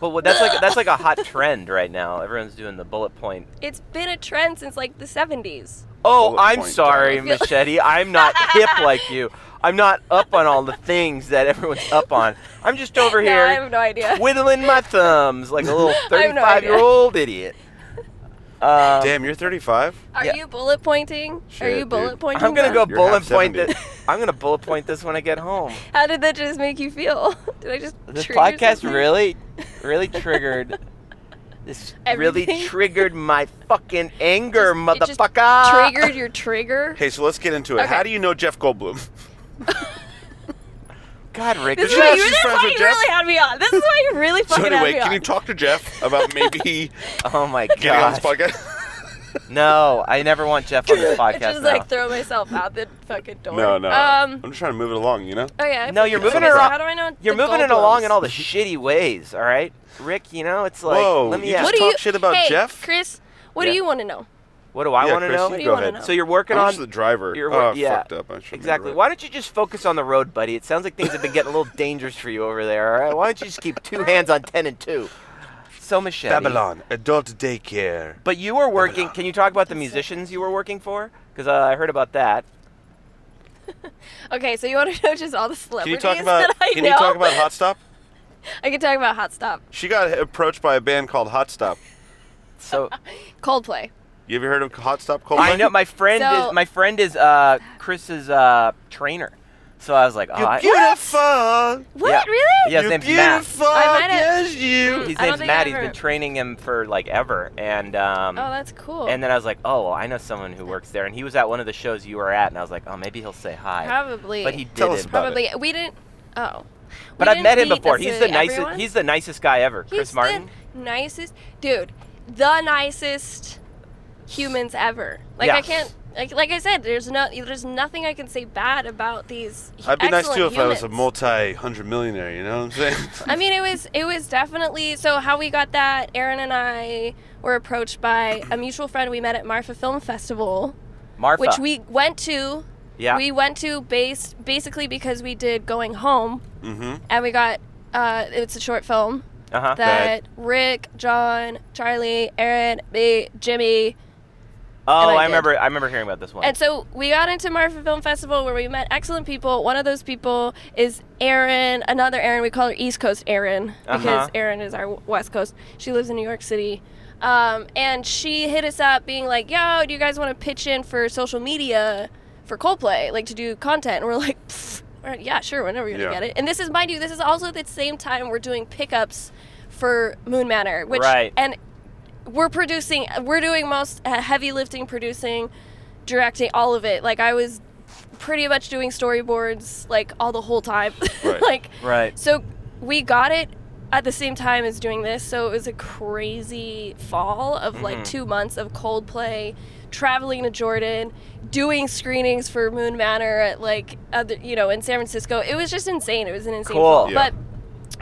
But what, that's like that's like a
<laughs>
hot trend right now. Everyone's doing the bullet point.
It's been a trend since like the 70s.
Oh,
Bullet
I'm
point
sorry,
diaries.
Machete. I'm not hip like you. I'm not up on all the things that everyone's up on. I'm just over
No, I
here
have no idea.
twiddling my thumbs like a little
<laughs> I have no
35 year old idiot. Um,
Damn, you're 35.
Are
yeah.
you bullet pointing?
Shit,
Are you
dude.
bullet pointing?
I'm gonna
them?
go
You're
bullet
half
point
70.
this. I'm gonna bullet point this when I get
<laughs>
home.
How did that just make you feel? <laughs> Did I just
This
trigger
podcast
something?
really,
<laughs>
really triggered. This really
Everything.
triggered my fucking anger,
Just- it just
motherfucker.
triggered your trigger?
<laughs> Hey, so let's get into it.
Okay.
How do you know Jeff Goldblum? <laughs>
God, Rick.
This
Did
is
you
why
know
you,
she's
this is
friends
why
with
you
Jeff?
really had me on. This is why you really
so
fucking
anyway,
had me on.
can you talk to Jeff about maybe
<laughs>
he
Oh my
getting on this
god.
podcast?
No, I never want Jeff on this
I
podcast
just
now.
like throw myself out the fucking door.
no, no.
Um.
I'm just trying to move it along, you know.
Oh yeah. I
No, you're
forget.
moving
Okay,
her
so
up.
How do I know?
You're
the
moving it along in
Goldblums?
all the shitty ways, all right, Rick. You know, it's like,
Whoa,
let me
you
ask.
just
What do you
talk shit about
hey,
Jeff?
Chris? What
Yeah.
do you want to know?
what do I
yeah,
want to
Chris,
know?
You
What do
go
you wanna
ahead.
know?
So you're working
I'm
on
just the driver.
You're
oh,
wor- yeah.
fucked up. I shouldn't
Exactly.
remember
Why don't you just focus on the road, buddy? It sounds like things have been getting a little dangerous for you over there. All right. Why don't you just keep two hands on ten and two? So
that.
Michelle.
Babylon adult daycare.
But you were working.
Babylon.
Can you talk about the
That's it.
musicians you were working for? Because uh, I heard about that.
Okay, so you want to <laughs> know just all the
Can
celebrities
you
<laughs>
talk about?
that I
Can
know?
you talk about Hot Stop?
I can talk about Hot Stop,
She got approached by a band called Hot Stop.
<laughs>
So
Coldplay.
You ever heard of Hot Stop Coldplay?
I know my friend
So-
is my friend is uh, Chris's uh, trainer. So I was like, oh,
You're
I-
<laughs>
beautiful.
What?
Yeah.
Really?
Yeah, his
You're
name's Matt.
beautiful.
I might have-
Yes, you.
<laughs> his
I don't
name's
think
Matt.
I've
He's
ever-
been training him for like ever, and um,
Oh, that's cool.
and then I was like, oh, well, I know someone who works there, and he was at one of the shows you were at, and I was like, oh, maybe he'll say hi.
probably.
But he didn't.
Tell us about
probably we didn't. Oh.
but
We
I've
didn't
met him
meet
before. He's the
necessarily
nicest.
everyone.
He's the nicest guy ever.
He's
Chris Martin.
the nicest dude, the nicest humans ever. Like
Yeah.
I can't. Like, like I said, there's no, there's nothing I can say bad about these. hu-
I'd be nice
excellent
too if I was a
humans.
multi-hundred millionaire. You know what I'm saying?
<laughs> I mean, it was it was definitely so. How we got that? Aaron and I were approached by a mutual friend we met at Marfa Film Festival,
Marfa.
which we went to.
yeah.
We went to based basically because we did Going Home,
mm-hmm.
and we got. Uh, it's a short film
uh huh.
That-
that Rick, John, Charlie, Aaron, me, Jimmy,
Oh,
and I
I,
did.
remember. I remember hearing about this one.
and so we got into Marfa Film Festival where we met excellent people. One of those people is Erin, another Erin. We call her East Coast Erin
Uh-huh.
because Erin is our West Coast. She lives in New York City. Um, and she hit us up being like, yo, do you guys want to pitch in for social media for Coldplay, like to do content? And we're like, "Pfft, we're- yeah, sure, whenever you're going
Yeah.
to get it. And this is, mind you, this is also at the same time we're doing pickups for Moon Manor, which,
Right.
and we're producing we're doing most uh, heavy lifting producing directing all of it like i was pretty much doing storyboards like all the whole time <laughs>
Right.
like
right.
so we got it at the same time as doing this so it was a crazy fall of like
Mhm.
two months of coldplay traveling to jordan doing screenings for moon manor at like other you know in san francisco it was just insane it was an insane
Cool.
fall
Yeah.
but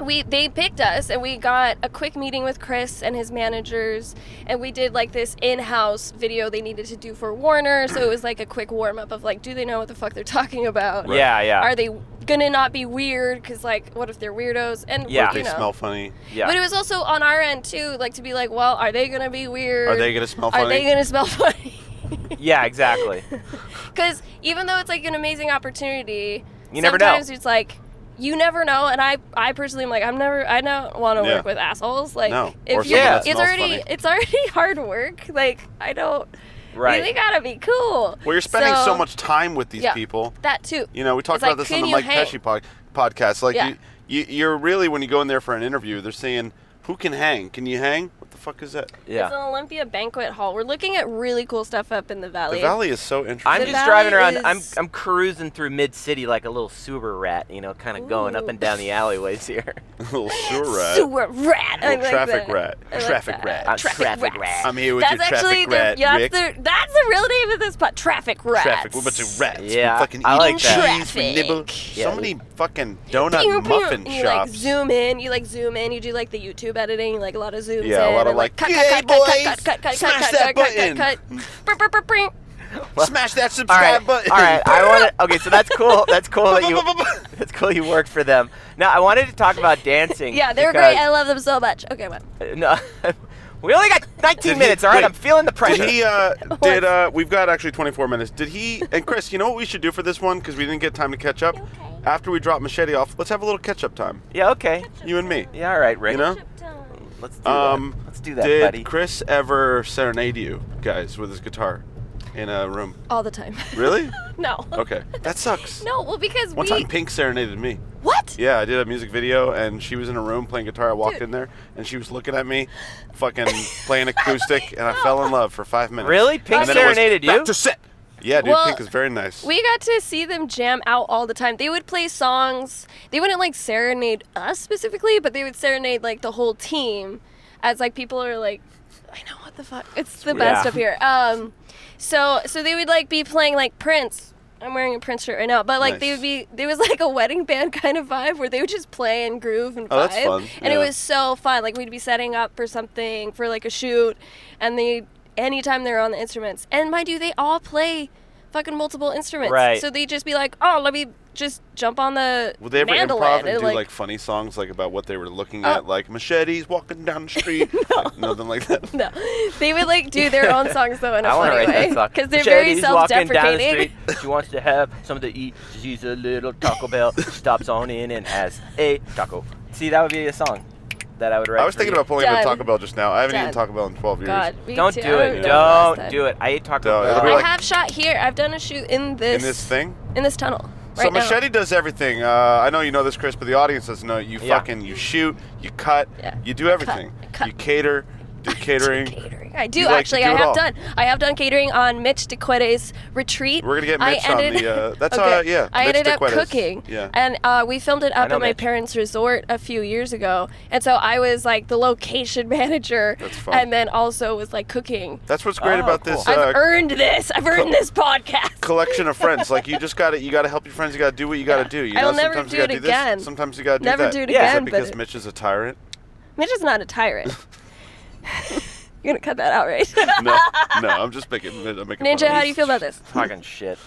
we they picked us and we got a quick meeting with Chris and his managers and we did like this in-house video they needed to do for Warner so it was like a quick warm up of like do they know what the fuck they're talking about
Yeah. Yeah.
are they gonna not be weird because like what if they're weirdos and
Yeah.
Like,
you
they
know.
smell funny.
Yeah.
But it was also on our end too, like to be like, well, are they gonna be weird?
Are they gonna smell
Are
funny?
they gonna smell <laughs> funny?
yeah, exactly.
Because even though it's like an amazing opportunity,
You never know.
sometimes it's like you never know. And I, I personally am like, I'm never, I don't want to
Yeah.
work with assholes. Like,
No.
if
Or
you,
someone that
it's
smells
already,
funny.
it's <laughs> already hard work. Like, I don't
Right.
<laughs> really gotta be cool.
well, you're spending so,
So,
much time with these
yeah.
people.
That too.
You know, we talked
It's
about
like,
this on
can
the
you
Mike
hang?
Pesci pod- podcast. Like,
Yeah.
you, you, you're really when you go in there for an interview, they're saying, "Who can hang? Can you hang? What the fuck is that?"
It's an
yeah.
Olympia banquet hall. We're looking at really cool stuff up in the
The
valley.
valley is so interesting.
I'm
The
just driving
valley
around. I'm
is-
I'm cruising through mid city like a little sewer rat, you know, kind of going up
Ooh.
and down the alleyways
<laughs>
here.
a <laughs> little sure rat.
Sewer rat. I
Little
like
traffic
that.
rat.
I like
Traffic
that.
rat.
I'm
Traffic
traffic
rats.
rat.
I'm here with
That's
your traffic
actually
rat,
the, yeah,
Rick.
that's the that's the real name of this pod. Traffic rats.
Traffic. We're a bunch of rats.
Yeah,
we fucking
I
eat
like
cheese.
that.
We
Traffic.
nibble.
Yeah.
So many fucking
Pew,
donut
pew,
muffin
and you
shops.
like zoom in, you like zoom in, you do like the YouTube editing, like a lot of zooms
Yeah, a
in,
lot of
and,
like,
cut,
"Yay,
cut, cut, cut,
boys!
cut, cut, cut,
Smash
cut,
that
cut, cut,
button!" Mm.
cut, cut. Brr, brr, brr, brr.
Smash that
All
subscribe
right. All
button.
right.
<laughs>
I want to. Okay, so that's cool. That's cool that you.
All
That's cool. You worked for them. Now I wanted to talk about dancing.
Yeah, they were
because-
great. I love them so much. Okay, what?
<laughs> No, we only got 19
Did he-
minutes. all right,
wait,
I'm feeling the pressure.
Did he?
<laughs>
Uh, did uh? We've got actually 24 minutes. Did he? And Chris, you know what we should do for this one because we didn't get time to catch up.
Okay.
After we drop machete off, let's have a little catch up time.
yeah. Okay.
You and me.
Yeah. All right, Rick.
You know?
Let's do
Um.
that. Let's do that,
did
buddy.
Chris ever serenade you guys with his guitar in a room?
All the time.
<laughs>
Really?
<laughs> No.
Okay. That sucks.
No, well because
One
we
time, Pink serenaded me.
what?
Yeah, I did a music video, and she was in a room playing guitar. I walked
Dude.
in there, and she was looking at me, fucking playing acoustic, and I fell in love for five minutes.
Really? Pink
And then it was,
serenaded you?
"Back to set." Yeah, dude,
Well,
Pink is very nice.
We got to see them jam out all the time. They would play songs. They wouldn't like serenade us specifically, but they would serenade like the whole team as like people are like, I know what the fuck. It's the best
Yeah.
up here. Um, so so they would like be playing like Prince. I'm wearing a Prince shirt right now, but like they
Nice.
would be there was like a wedding band <laughs> kind of vibe where they would just play and groove and
Oh, that's
vibe.
fun.
And it
Yeah.
was so fun. Like we'd be setting up for something for like a shoot, and they anytime they're on the instruments. And mind you, they all play fucking multiple instruments.
Right.
So they just be like, oh, let me just jump on the
Would they ever
mandolin.
improv and
And,
do like, funny songs like about what they were looking
Uh,
at, like machetes walking down the
<laughs>
street, like, nothing like that?
no, they would like do their
<laughs>
own songs though in a
I want to write
funny
that
way
song.
because they're very
Shady's walking down the
self-deprecating.
street. She wants to have something to eat. She's a little Taco
<laughs>
Bell. Stops on in and has a taco. See, that would be a song that I would write.
I was
for
thinking
you.
about pulling up a
Done.
Taco Bell just now. I haven't eaten
Done.
Taco Bell in 12 years.
<laughs> God, me
Don't
too.
do
I
it.
remember last
Don't
time.
do it. I ate Taco
No, it'll
Bell.
be like-
I have shot here. I've done a shoot in this
In this thing,
in this tunnel right
so
now.
machete does everything. Uh, I know you know this, Chris, but the audience doesn't know. You
Yeah.
fucking you shoot, you cut,
Yeah.
you do everything.
cut.
You cater, do catering.
<laughs> I do, catering. I do
You like to
actually.
do
I
it
have
all.
done. I have done catering on Mitch DeQuete's retreat.
We're gonna get
I
Mitch on
ended-
the,
<laughs>
uh, that's,
okay.
uh, yeah,
I
Mitch
ended up
DeQuete's.
cooking.
Yeah.
And uh, we filmed it
I
up
know
at my
Mitch.
parents' resort a few years ago, and so I was like the location <laughs> manager,
That's fun.
and then also was like cooking.
That's what's great
Oh,
about
cool.
this
I've
uh,
I've earned this. I've earned
co-
this podcast.
collection of friends. Like you
<laughs>
just got to you got to help your friends. You got to do what you got to do. You
I
know,
will never
sometimes
do
you got to
it
do
again.
this. Sometimes you got to do
Never
that.
do it
Yeah.
Is that
again.
because
but
Mitch is a
<laughs>
tyrant?
Mitch is not a
<laughs>
tyrant. You're gonna cut that out, right? <laughs>
No, no. I'm just making. I'm making
Ninja,
fun of
how
him.
do you feel about this?
talking shit.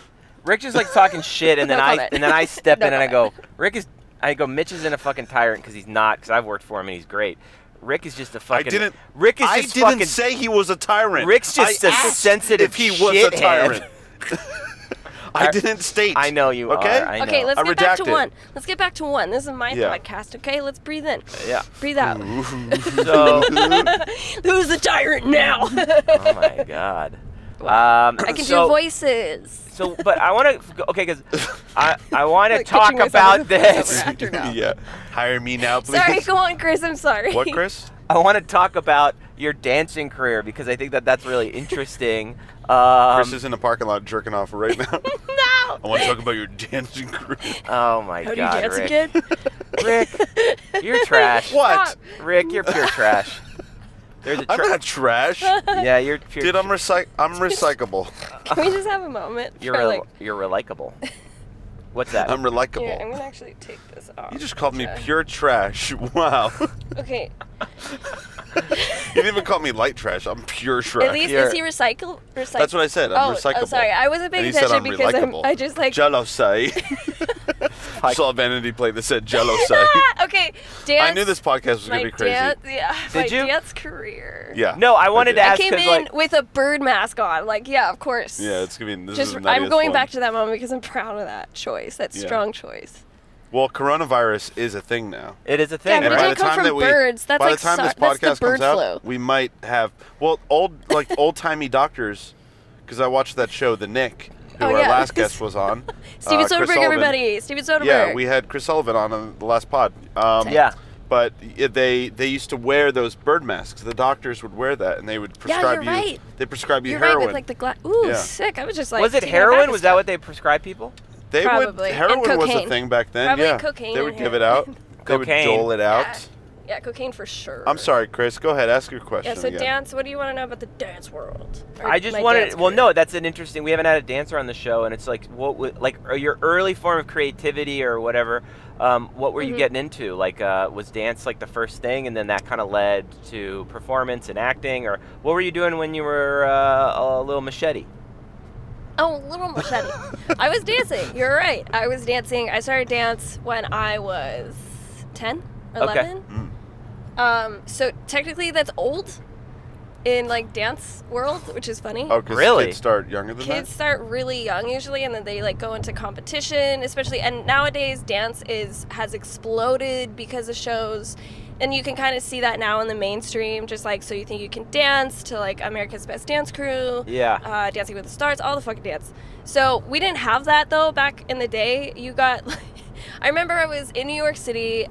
Rick just like talking shit, and then
<laughs> No
I
comment.
and then I step
No
in and I go, Rick is. I go, Mitch isn't a fucking tyrant because he's not. Because I've worked for him and he's great. Rick is just a
I
fucking.
didn't.
Rick is
I
just
didn't
fucking.
say he was a tyrant.
Rick's just
I
a
asked
sensitive
If he was a
shithead. <laughs>
tyrant, <laughs> I
I-
didn't state.
I know you
okay?
are. I know.
Okay, let's
I
get back
redact it.
to one. Let's get back to one. This is my
Yeah.
podcast, okay? Let's breathe in.
Yeah.
<laughs> Breathe out.
So,
<laughs>
Who's the tyrant now?
oh my god. Um,
I can
so,
do voices.
So, but I want to. Okay, because I I want to
<laughs> Like
talk
picturing myself
about
as a voiceover
this.
<laughs> actor
<laughs>
now.
yeah. Hire me now, please.
Sorry, go on, Chris. I'm
<laughs>
sorry.
What, Chris?
I want to talk about your dancing career because I think that that's really interesting. <laughs> Um,
Chris is in the parking lot jerking off right
<laughs>
now.
<laughs> No.
I want to talk about your dancing career.
oh my
How do you
god,
dance
Rick.
again?
<laughs> Rick,
<laughs>
you're trash.
What?
Rick,
<laughs>
you're pure trash. There's a
<laughs> I'm
tra-
not
<laughs>
trash.
yeah, you're pure.
Dude,
tr-
I'm recyc- I'm recyclable.
Can we just have a moment?
you're
for,
rel-
like,
you're
<laughs>
relikable. What's that?
I'm
here, I'm
relikable.
gonna actually take this off.
You just called me
Okay.
pure trash. <laughs> Wow. you
Okay.
didn't even call me light trash. I'm pure trash.
At least
You're-
is he recycle? Recycle.
That's what I said. I'm
oh,
recyclable.
Oh, sorry. I wasn't
and
paying
he said
attention <laughs>
I'm
because I'm,
relikable.
I just like
Jealousy.
like
saw Vanity play this at Jello
<laughs>
site.
okay, dance.
Oh, I knew this podcast was
my
gonna be crazy.
Dance, yeah,
Did
my
you?
dance career.
Yeah.
No, I wanted to
Okay.
I
ask
came in
because like
with a bird mask on. Like, yeah, of course.
Yeah, it's gonna be. This
Just,
is
I'm going
back to.
back to that moment because I'm proud of that choice. That
Yeah. Uh,
strong choice.
Well, coronavirus is a thing now.
it is a thing.
Yeah, but it
right?
didn't come from birds. That's
by
like
the time
so-
this
that's
podcast
the bird
comes
flu.
out, we might have well old
<laughs>
like old timey doctors because I watched that show, The Nick, who
Oh,
our
yeah.
last
<laughs>
guest was on.
Steven
uh, Chris
Soderbergh,
Sullivan.
everybody. Steven Soderbergh.
Yeah, we had Chris Sullivan on in the last pod. Um,
Dang.
yeah.
But i- they they used to wear those bird masks. The doctors would wear that, and they would
Yeah, you're
prescribe you.
right.
They prescribe you
You're
heroin.
right. That's like the glass. Ooh,
Yeah.
sick. I was just like.
was it
taking back
heroin?
a
Was
step.
that what they prescribe people?
they
Probably.
would
And
heroin was a
cocaine.
thing back then.
Probably
yeah,
cocaine
they
and
would give it
heroin. <laughs>
out. They would
Cocaine.
dole it out.
Yeah, cocaine for sure.
I'm sorry, Chris. Go ahead, ask your
Yeah,
question.
so
again.
dance. What do you want to know about the dance world? Or
I just
my
wanted.
dance
Well,
career?
no, that's an interesting. We haven't had a dancer on the show, and it's like what, wa- like or your early form of creativity or whatever. Um, what were you
Mhm.
getting into? Like, uh, was dance like the first thing, and then that kind of led to performance and acting, or what were you doing when you were uh, a little machete?
Oh, little machete. I was dancing. You're right. I was dancing. I started dance when I was 10 or
Okay.
Mm.
11. Um, so technically that's old in like dance world, which is funny.
Oh, 'cause
Really?
kids start younger than
Kids start really young usually and then they like go into competition, especially and nowadays dance is has exploded because of shows. And you can kind of see that now in the mainstream, just like so you think you can dance to like America's Best Dance Crew
Yeah.
uh, Dancing with the Stars, all the fucking dance. So we didn't have that though back in the day. You got, <laughs> I remember I was in New York City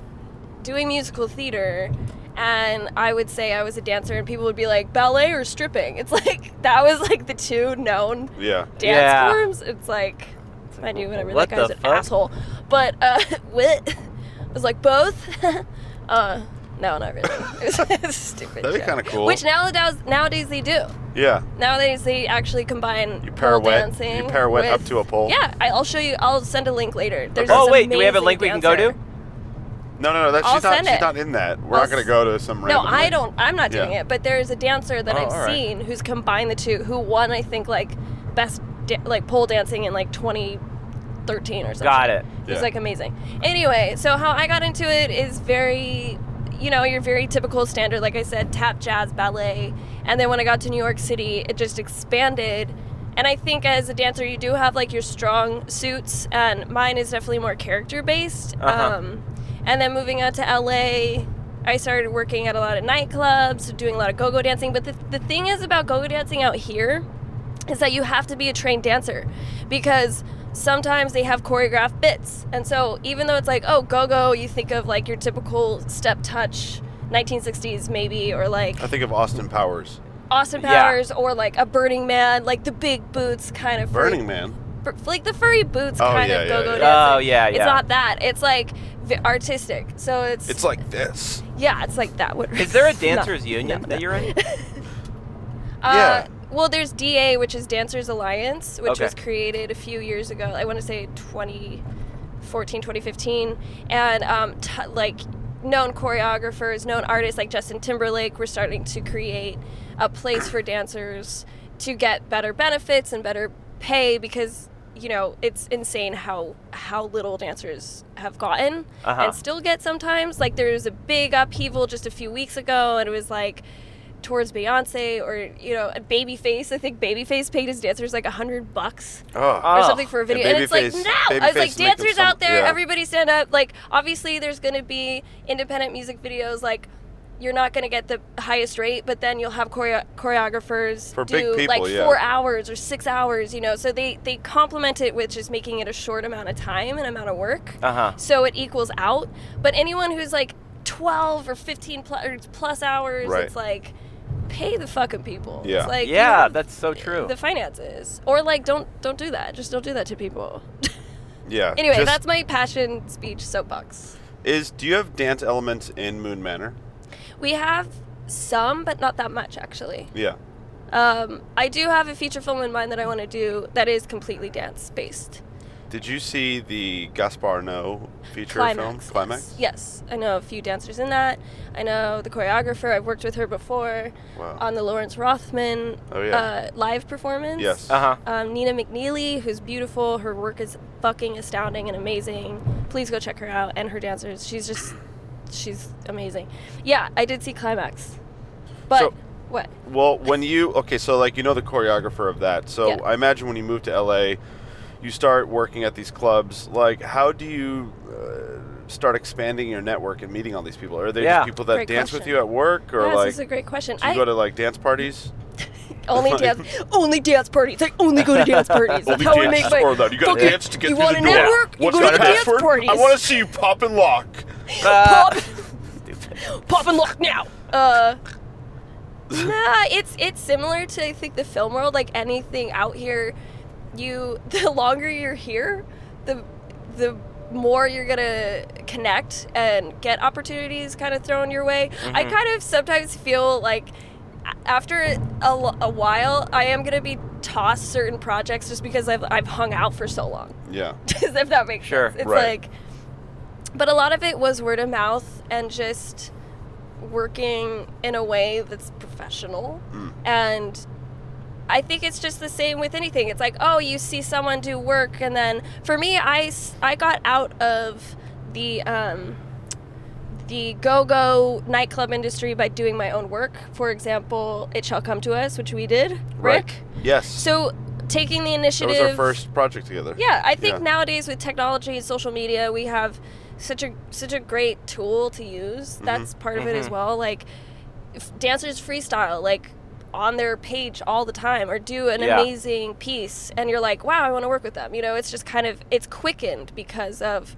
doing musical theater, and I would say I was a dancer, and people would be like ballet or stripping. It's <laughs> like that was like the two known
that? Yeah.
dance
Yeah.
forms. It's like I knew whatever
What
that guy's
the
an
fuck?
asshole, but uh, <laughs> what I was like both. <laughs> uh, no, not really. <laughs> It was, it was stupid.
That'd be
shit.
kinda cool.
Which nowadays nowadays they do.
Yeah.
Nowadays, they actually combine
You
pole
pirouette.
dancing.
You pirouette
with-
up to a pole.
Yeah, I- I'll show you. I'll send a link later. There's
Okay.
Oh
this
wait, do we have a
amazing
link we can go to?
dancer.
No, no, no. That,
I'll
she's not.
send
She's
it.
not in that. We're
I'll
not gonna
s-
go to some.
No,
random
I
link.
don't. I'm not doing
Yeah.
it. But there's a dancer that
Oh,
I've
all right.
seen who's combined the two. Who won, I think, like best da- like pole dancing in like 2013 or something.
Got it.
It's
Yeah.
like amazing. Anyway, so how I got into it is very, you know, your very typical standard, like I said, tap, jazz, ballet. And then when I got to New York City, it just expanded. And I think as a dancer, you do have like your strong suits, and mine is definitely more character based.
Uh-huh.
Um, and then moving out to LA, I started working at a lot of nightclubs, doing a lot of go go dancing. But the, the thing is about go go dancing out here is that you have to be a trained dancer because sometimes they have choreographed bits. And so even though it's like, oh, go go, you think of like your typical step touch 1960s maybe, or like
I think of Austin Powers.
Austin
Yeah.
Powers, or like a Burning Man, like the big boots kind of furry-
Burning Man.
bur- like the furry boots
Oh,
kind
yeah, yeah,
of go go
yeah.
dancing.
Oh, yeah,
It's
yeah.
not that. It's like v- artistic. So it's,
It's like this.
yeah, it's like that. Would
Is there
<laughs>
a
No.
dancers union
no,
that
no.
you're
<laughs>
in?
Yeah.
Uh, well, there's DA, which is Dancers Alliance, which
Okay.
was created a few years ago. I want to say 2014, 2015. And um, t- like known choreographers, known artists like Justin Timberlake were starting to create a place for dancers to get better benefits and better pay because you know it's insane how how little dancers have gotten
Uh-huh.
and still get sometimes like there was a big upheaval just a few weeks ago and it was like towards Beyonce or you know Babyface. I think Babyface paid his dancers like a hundred bucks
Oh.
Uh,
or
Oh.
something for a video,
And
and it's like
Babyface-
no. I was
Babyface
like
make them
dancers
some-
out there,
yeah.
everybody stand up. Like obviously there's gonna be independent music videos like. You're not gonna get the highest rate, but then you'll have choreo- choreographers
For
do
big people,
like
yeah.
four hours or six hours, you know. So they they complement it with just making it a short amount of time and amount of work
Uh huh.
so it equals out. But anyone who's like 12 or 15 plus, or plus hours,
Right.
it's like pay the fucking people.
Yeah.
It's like
Yeah,
you-
that's so true.
The finances, or like don't don't do that. Just don't do that to people.
Yeah.
anyway,
Just-
that's my passion speech soapbox.
Is do you have dance elements in Moon Manor?
We have some, but not that much actually.
Yeah.
Um, I do have a feature film in mind that I want to do that is completely dance based.
Did you see the Gaspar Noe feature film
yes.
Climax?
Yes, I know a few dancers in that. I know the choreographer. I've worked with her before
Wow.
on the Lawrence Rothman
Oh, yeah.
uh, live performance.
yes.
Uh
<laughs>
huh.
Um, Nina McNeely, who's beautiful. Her work is fucking astounding and amazing. Please go check her out and her dancers. She's just, she's amazing. Yeah, I did see Climax, but
So-
what?
Well, when you okay, so like you know the choreographer of that. So
Yeah.
I imagine when you move to LA, you start working at these clubs. Like, how do you uh, start expanding your network and meeting all these people? Are they
Yeah.
just people that
Great
dance with
question.
you at work, or
Yes,
like
this is a great question.
do you
I
go to <laughs> like dance parties?
only
like-
dance, only dance parties. I only go to
<laughs>
dance parties. That's how I make my.
or that you got
Don't
to
you-
dance to get
you
through
want
the
a
door.
network? You
What's
go to
that
the dance
password? I
parties.
want to see you pop and lock.
Pop.
Stupid.
pop and lock now. Uh, nah, it's it's similar to I think the film world. Like anything out here, you <laughs> the longer you're here, the the more you're gonna connect and get opportunities kind of thrown your way. I
Mhm.
kind of sometimes feel like a- after a, l- a while, I am gonna be tossed certain projects just because I've I've hung out for so long.
Yeah.
<laughs> if that makes
Sure,
sense. It's
right.
like, but a lot of it was word of mouth and just working in a way that's professional.
Mm.
And I think it's just the same with anything. It's like, oh, you see someone do work, and then for me, I s- I got out of the. Um, the go-go nightclub industry by doing my own work. For example, "It Shall Come to Us," which we did,
Right.
Rick.
Yes.
So taking the
that
initiative.
was our first project together.
Yeah, I think
Yeah.
nowadays with technology and social media, we have such a such a great tool to use. That's part of it as
Mhm.
well. Like if dancers freestyle like on their page all the time or do an
Yeah.
amazing piece and you're like, "Wow, I want to work with them." You know, it's just kind of it's quickened because of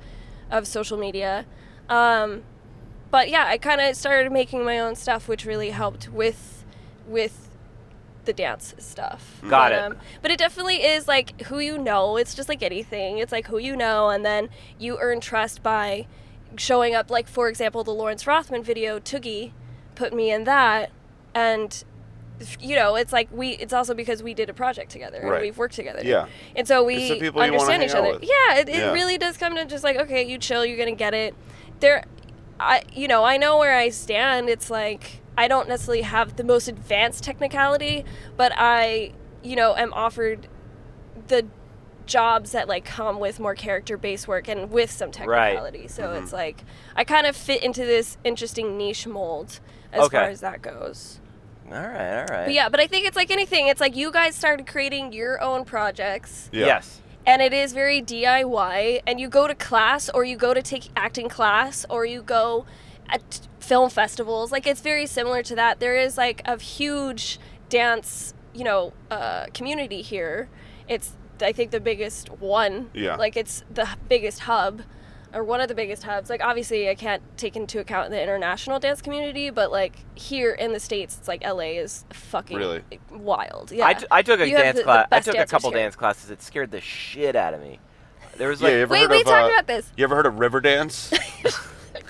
of social media. Um but yeah, I kind of started making my own stuff which really helped with with the dance stuff. Um,
Got it.
But it definitely is like who you know. It's just like anything. It's like who you know, and then you earn trust by showing up. Like for example, the Lawrence Rothman video, Toogie, put me in that, and you know, it's like we. It's also because we did a project together
Right.
and we've worked together.
Yeah.
And so
It's the
we
people you wanna
understand
hang
each
out
other.
with.
Yeah. It, it
Yeah.
really does come to just like okay, you chill. You're gonna get it. There, I you know I know where I stand. It's like I don't necessarily have the most advanced technicality, but I you know am offered the jobs that like come with more character based work and with some technicality. So
Mm-hmm.
it's like I kind of fit into this interesting niche mold as
Okay.
far as that goes.
All right. All right.
But yeah, but I think it's like anything. It's like you guys started creating your own projects
Yeah.
Yes.
and it is very DIY. And you go to class, or you go to take acting class, or you go at film festivals. Like it's very similar to that. There is like a huge dance, you know, uh, community here. It's I think the biggest one.
Yeah.
Like it's the h- biggest hub, or one of the biggest hubs. Like obviously I can't take into account the international dance community, but like here in the states, it's like LA is fucking
Really?
wild. Yeah.
I, t- I took a
You have
dance
the- the
class. I
best
took a
dancers
couple
here.
dance classes. It scared the shit out of me. There was
Yeah,
like
you ever
Wait,
heard
we
of,
talked
uh,
about this.
You ever heard of river
<laughs>
dance?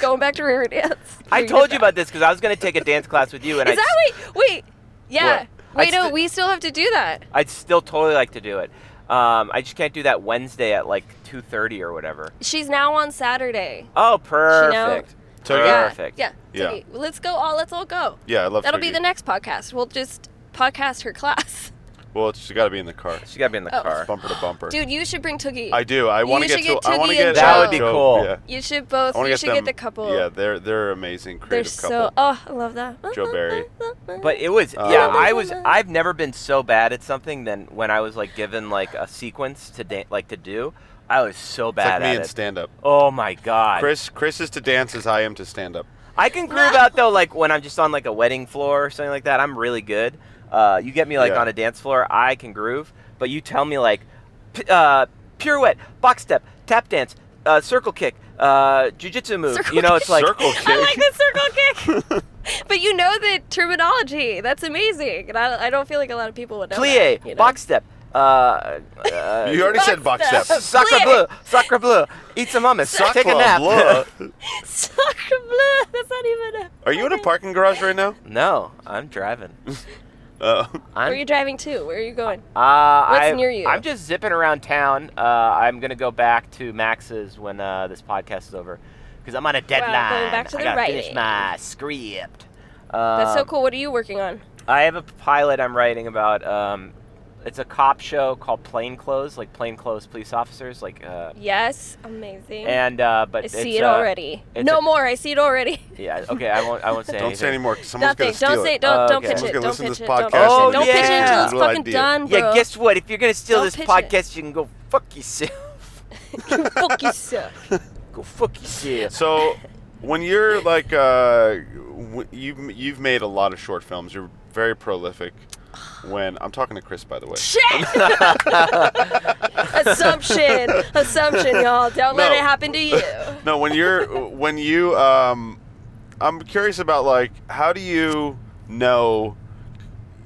Going back to Riverdance.
I told you about this because I was going to take a dance class with you, and
Is
I'd,
that wait? Wait. Yeah.
What?
Wait,
I'd
no,
sti-
we still have to do that.
I'd still totally like to do it. Um, I just can't do that Wednesday at like two thirty or whatever.
She's now on Saturday.
Oh, perfect.
So, yeah.
Perfect.
Yeah.
Yeah.
Yeah. Tookie, Let's go all let's all go.
yeah, I love
That'll be
Twiggy.
the next podcast. We'll just podcast her class.
Well, it's got to be in the car.
She got to be in the
Oh.
car.
Bumper to bumper.
Dude, you should bring Tookie.
I do. I want to
You
get
should
to.
get
I
Toogie
want to get.
and
That would be
Joe,
cool.
Yeah.
you should both
I want
you
to
should
them,
get the couple.
Yeah, they're they're amazing
They're
creative
so
couple.
oh, I love that.
Joe Barry.
But it was
Uh,
yeah. I was I've never been so bad at something than when I was like given like a sequence to da- like to do. I was so
It's
bad
like me
at
and
it.
stand up.
oh my god.
Chris Chris is to dance as I am to stand up.
I can groove out though, like when I'm just on like a wedding floor or something like that. I'm really good. Uh, you get me like
Yeah.
on a dance floor, I can groove. But you tell me like p- uh, pirouette, box step, tap dance, uh, circle kick, uh, jujitsu move.
Circle
you know, it's like
Circle
<laughs> I like
kick.
the circle kick. but you know the terminology. That's amazing. And I, I don't feel like a lot of people would know.
plie,
that, you know?
box step. Uh, uh,
<laughs> You already said box step.
Box step.
Sacre
Plie.
bleu, sacre bleu. Eat some hummus. Take a nap. <laughs>
Blah.
<laughs> Sacre bleu. That's not even a
Are you in a parking garage right now? <laughs>
no, I'm driving.
Uh,
I'm,
Where are you driving to? Where are you going?
uh, I,
near you?
I'm just zipping around town. Uh, I'm gonna go back to Max's when uh, this podcast is over, because I'm on a deadline.
back to
I
the
gotta finish
writing.
my script.
That's
Um,
so cool. What are you working on?
I have a pilot I'm writing about. Um, it's a cop show called Plainclothes, like plainclothes police officers, like. Uh,
Yes, amazing.
and uh, but
I see
it's,
it
uh,
already.
it's
No
a-
more. I see it already. <laughs>
Yeah. Okay. I won't. I won't say
don't
anything.
say anymore. Someone's
Nothing.
gonna steal
Don't say.
it.
Don't.
Oh,
don't
okay.
pitch
Someone's
it.
gonna
Don't
listen to
pitch
this
it.
podcast
and
Don't pitch it. Don't
think
pitch it
it's
until
a
it's
little
fucking
idea.
done, bro.
Yeah.
<laughs>
Guess what? If you're gonna steal
Don't
this
pitch it.
podcast, you can go fuck yourself. <laughs>
<laughs>
Fuck yourself.
go fuck
<laughs>
yourself.
So, when you're like, uh, w- you've you've made a lot of short films. You're very prolific. When I'm talking to Chris, by the way.
Shit.
<laughs>
Assumption. Assumption, y'all. Don't let
No.
it happen to you.
No, when you're when you um, I'm curious about like how do you know